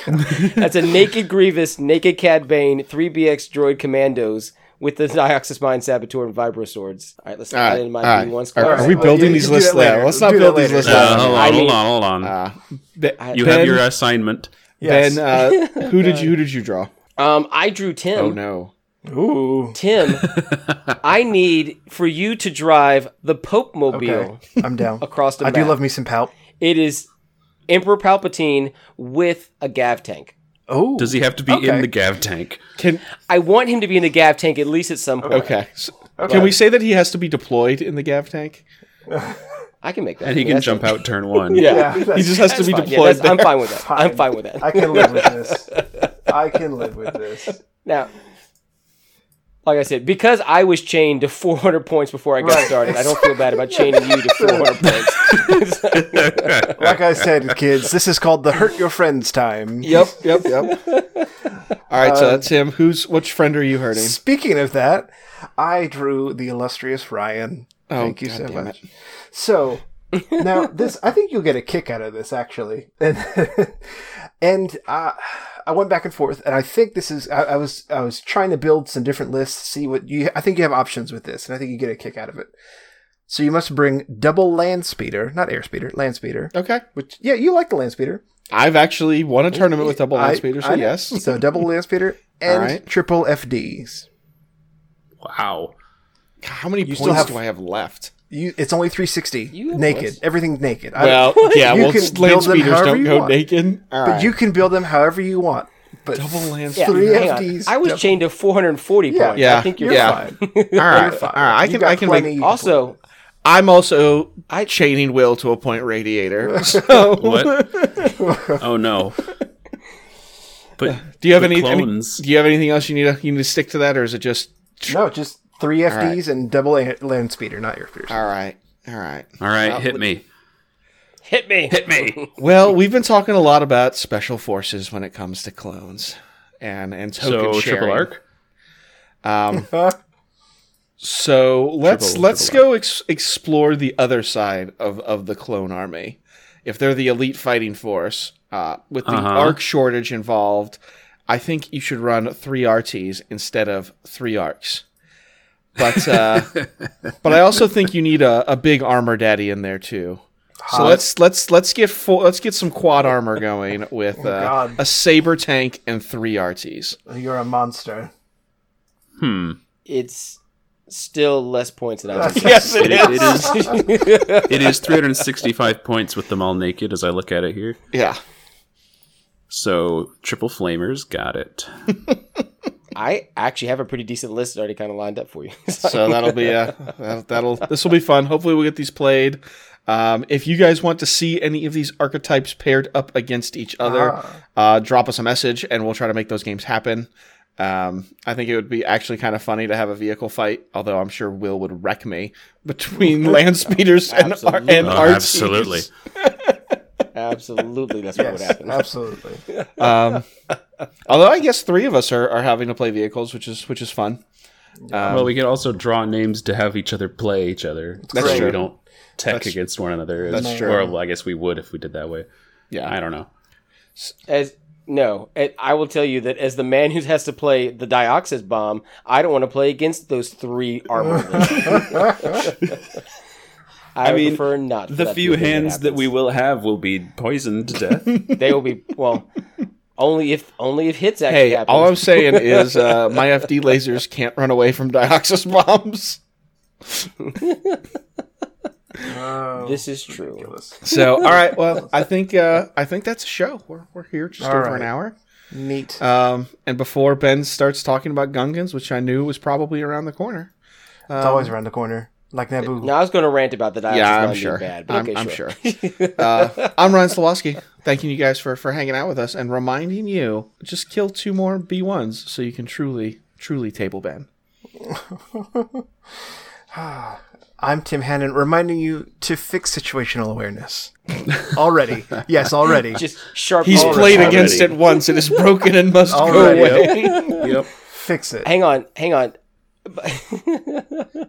Speaker 6: That's a naked Grievous, naked Cad Bane, three BX droid commandos with the Dioxys Mind Saboteur and Vibro Swords. All right, let's
Speaker 1: All
Speaker 6: not
Speaker 1: right,
Speaker 6: in
Speaker 1: all right.
Speaker 6: mind being one
Speaker 1: Are,
Speaker 6: squad.
Speaker 1: are we
Speaker 5: Well,
Speaker 1: building
Speaker 5: you-
Speaker 1: these
Speaker 5: you do
Speaker 1: lists
Speaker 5: that later.
Speaker 1: now? Let's
Speaker 5: We'll
Speaker 1: not
Speaker 5: do
Speaker 1: build
Speaker 5: that
Speaker 1: these
Speaker 5: later.
Speaker 1: lists
Speaker 5: Uh,
Speaker 1: now.
Speaker 4: Uh, hold
Speaker 6: I
Speaker 4: on, hold
Speaker 6: need-
Speaker 4: on, hold on.
Speaker 1: Uh, Be- ben,
Speaker 4: you have your assignment.
Speaker 5: Yes.
Speaker 1: uh, who did you who did you draw?
Speaker 6: Um, I drew Tim.
Speaker 1: Oh no.
Speaker 5: Ooh.
Speaker 6: Tim, I need for you to drive the Pope Mobile
Speaker 5: Okay. I'm down.
Speaker 6: across the
Speaker 5: I
Speaker 6: map.
Speaker 5: do love me some palp.
Speaker 6: It is Emperor Palpatine with a Gav tank.
Speaker 5: Oh.
Speaker 4: Does he have to be
Speaker 5: Okay.
Speaker 4: in the Gav tank?
Speaker 1: Can
Speaker 6: I want him to be in the Gav tank at least at some point.
Speaker 1: okay. So, Can we say that he has to be deployed in the Gav tank?
Speaker 6: I can make that.
Speaker 4: And he
Speaker 6: Yeah,
Speaker 4: can
Speaker 6: that's-
Speaker 4: jump out turn one.
Speaker 5: Yeah,
Speaker 1: he
Speaker 5: that's-
Speaker 1: just has to
Speaker 6: that's
Speaker 1: be
Speaker 6: fine. Yeah,
Speaker 1: deployed.
Speaker 6: that's- I'm
Speaker 1: there.
Speaker 6: fine with that. I'm fine with that.
Speaker 5: I can live with this. I can live with this.
Speaker 6: Now, like I said, because I was chained to 400 points before I got
Speaker 5: Right.
Speaker 6: started, I don't feel bad about chaining you to 400 points.
Speaker 5: Like I said, kids, this is called the hurt your friends time.
Speaker 1: Yep, yep, yep. All right, so
Speaker 5: Uh,
Speaker 1: that's him. Who's which friend are you hurting?
Speaker 5: Speaking of that, I drew the illustrious Ryan. Thank you
Speaker 1: God
Speaker 5: so
Speaker 1: damn
Speaker 5: much. So now this, I think you'll get a kick out of this actually, and and uh, I went back and forth, and I think this is I, I was I was trying to build some different lists, see what you. I think you have options with this, and I think you get a kick out of it. So you must bring double land speeder, not air speeder, land speeder.
Speaker 1: Okay.
Speaker 5: Which yeah, you like the land speeder.
Speaker 1: I've actually won a tournament with double
Speaker 5: I-
Speaker 1: land speeder, so
Speaker 5: I know.
Speaker 1: yes.
Speaker 5: So double land speeder and
Speaker 1: right.
Speaker 5: triple FDs.
Speaker 4: Wow.
Speaker 1: How many points
Speaker 5: still have-
Speaker 1: do I have left?
Speaker 5: You, it's only 360
Speaker 6: You have
Speaker 5: naked.
Speaker 6: less.
Speaker 5: Everything's naked. I-
Speaker 1: Well, yeah,
Speaker 5: You
Speaker 1: well,
Speaker 5: can
Speaker 1: land
Speaker 5: build them
Speaker 1: speeders
Speaker 5: however
Speaker 1: don't
Speaker 5: you
Speaker 1: go
Speaker 5: want.
Speaker 1: naked. All
Speaker 5: But
Speaker 1: right.
Speaker 5: you can build them however you want. But
Speaker 1: double land
Speaker 6: Yeah,
Speaker 1: speeder.
Speaker 5: Three
Speaker 6: hang on.
Speaker 5: FDs
Speaker 6: I was
Speaker 5: double-
Speaker 6: chained to 440 points.
Speaker 5: Yeah.
Speaker 6: I think you're
Speaker 1: Yeah.
Speaker 6: fine.
Speaker 1: All right, all
Speaker 5: fine.
Speaker 1: right. I
Speaker 5: You
Speaker 1: can,
Speaker 5: got
Speaker 1: I can
Speaker 5: plenty.
Speaker 1: make.
Speaker 6: Also,
Speaker 1: I'm also
Speaker 6: I-
Speaker 1: chaining Will to a point radiator. So,
Speaker 4: What? oh no. But
Speaker 1: do you have
Speaker 4: With
Speaker 1: any, any-
Speaker 4: clones.
Speaker 1: Do you have anything else you need? To, you need to stick to that, or is it just?
Speaker 5: no, just three FDs
Speaker 1: right.
Speaker 5: and double a- land speeder, not your speeder.
Speaker 1: All right, all right.
Speaker 4: all right, hit me.
Speaker 6: hit me.
Speaker 4: Hit me.
Speaker 1: Well, we've been talking a lot about special forces when it comes to clones and and token
Speaker 4: So
Speaker 1: sharing.
Speaker 4: triple arc.
Speaker 1: Um, so let's
Speaker 4: Triple-
Speaker 1: let's
Speaker 4: triple
Speaker 1: go ex- explore the other side of of the clone army. If they're the elite fighting force, uh, with the
Speaker 4: Uh-huh.
Speaker 1: arc shortage involved, I think you should run three RTs instead of three arcs. But uh, but I also think you need a, a big armor daddy in there too. So let's let's let's get full, let's get some quad armor
Speaker 4: Oh,
Speaker 1: going with uh,
Speaker 5: God.
Speaker 1: a saber tank and three RTs.
Speaker 5: Uh, You're a monster.
Speaker 4: Hmm.
Speaker 6: It's still less points than I was.
Speaker 1: Yes,
Speaker 4: It, it is. It is 365 points with them all naked as I look at it here.
Speaker 1: Yeah.
Speaker 4: So triple flamers, got it.
Speaker 6: I actually have a pretty decent list already kind of lined up for you.
Speaker 1: so that'll be uh that'll, that'll this will be fun hopefully we'll get these played um, if you guys want to see any of these archetypes paired up against each other uh, drop us a message and we'll try to make those games happen um, i think it would be actually kind of funny to have a vehicle fight although i'm sure will would wreck me between land speeders and, R- and
Speaker 4: Oh,
Speaker 1: RTs.
Speaker 4: absolutely.
Speaker 6: Absolutely, that's what would
Speaker 5: Yes,
Speaker 6: happen.
Speaker 5: absolutely.
Speaker 1: um, although i guess three of us are, are having to play vehicles which is which is fun
Speaker 4: well, we could also draw names to have each other play each other.
Speaker 1: That's
Speaker 4: so
Speaker 1: true.
Speaker 4: We don't tech against one another.
Speaker 1: that's true.
Speaker 4: Or well, I guess we would if we did that way.
Speaker 1: yeah
Speaker 4: I don't know.
Speaker 6: As no, and I will tell you that as the man who has to play the Dioxys bomb, I don't want to play against those three armor. lists. I,
Speaker 4: I mean,
Speaker 6: prefer not. for
Speaker 4: The
Speaker 6: that to
Speaker 4: few
Speaker 6: be a thing
Speaker 4: hands that we
Speaker 6: happens.
Speaker 4: will have will be poisoned to death.
Speaker 6: they will be well. Only if only if hits actually
Speaker 1: Hey,
Speaker 6: happens.
Speaker 1: all I'm saying is uh, my FD lasers can't run away from Dioxys bombs.
Speaker 5: Oh,
Speaker 6: this is true.
Speaker 5: ridiculous.
Speaker 1: So, all right, well, I think uh, I think that's a show. We're, we're here just
Speaker 5: All
Speaker 1: over
Speaker 5: right.
Speaker 1: an hour.
Speaker 5: Neat.
Speaker 1: Um, and before Ben starts talking about Gungans, which I knew was probably around the corner.
Speaker 5: it's always around the corner, like Naboo.
Speaker 6: Now I was going to rant about the Dioxys
Speaker 1: Yeah,
Speaker 6: bomb
Speaker 1: I'm
Speaker 6: being
Speaker 1: sure.
Speaker 6: bad, but
Speaker 1: I'm,
Speaker 6: okay,
Speaker 1: I'm
Speaker 6: sure.
Speaker 1: sure. uh, I'm Ryan Slawski. Thanking you guys for for hanging out with us and reminding you just kill two more B1s so you can truly truly table Ben.
Speaker 5: I'm Tim Hannon, reminding you to fix situational awareness. already, yes, already.
Speaker 6: Just sharp.
Speaker 1: He's
Speaker 6: corners.
Speaker 1: played
Speaker 4: already.
Speaker 1: against it once. It is broken and must
Speaker 5: Already.
Speaker 1: go away.
Speaker 4: yep.
Speaker 5: fix it.
Speaker 6: Hang on, hang on.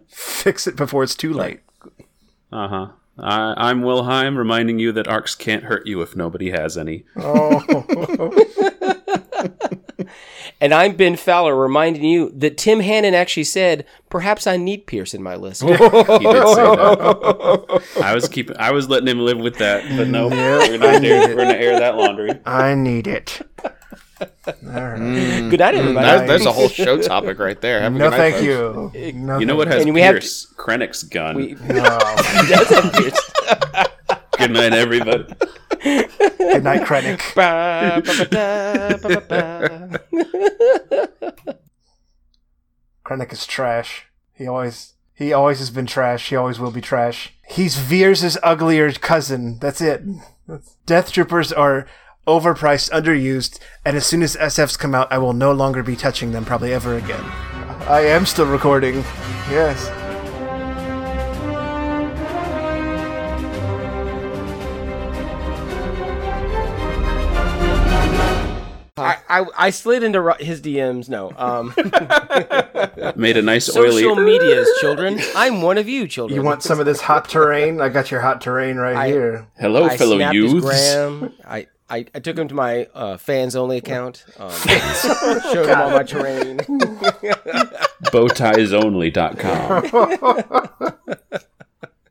Speaker 5: Fix it before it's too late.
Speaker 4: Uh huh. I'm Will Heim, reminding you that arcs can't hurt you if nobody has any.
Speaker 6: And I'm Ben Fowler reminding you that Tim Hannon actually said, perhaps I need Pierce in my list.
Speaker 4: He did say that. I was keeping. I was letting him live with that, but no, we're not there. We're gonna air that laundry.
Speaker 5: I need it. All right.
Speaker 6: Good night, everybody.
Speaker 1: That- There's Mm, a whole show topic right there. Have a
Speaker 5: No,
Speaker 1: good night,
Speaker 5: thank
Speaker 1: folks.
Speaker 5: you. No,
Speaker 4: You know what has
Speaker 6: And we have
Speaker 4: Pierce? Krennic's gun.
Speaker 6: We-
Speaker 5: No.
Speaker 6: That's a Pierce.
Speaker 4: Good night, everybody.
Speaker 5: Good night, Krennic.
Speaker 6: Ba, ba, ba, da, ba, ba, ba.
Speaker 5: Krennic is trash. He always he always has been trash. He always will be trash. He's Veers' uglier cousin. That's it. Death troopers are overpriced, underused, and as soon as SFs come out, I will no longer be touching them probably ever again. I am still recording. Yes.
Speaker 6: I, I, I slid into Ro- his DMs. No. Um,
Speaker 4: Made a nice
Speaker 6: social
Speaker 4: oily.
Speaker 6: medias, children. I'm one of you, children.
Speaker 5: You want some of this hot terrain? I got your hot terrain right
Speaker 6: I-
Speaker 5: here.
Speaker 4: Hello,
Speaker 6: I
Speaker 4: fellow
Speaker 6: snapped his
Speaker 4: youths.
Speaker 6: gram. I, I, I took him to my uh, fans only account. Um, showed him all my terrain.
Speaker 4: Bowtiesonly.com.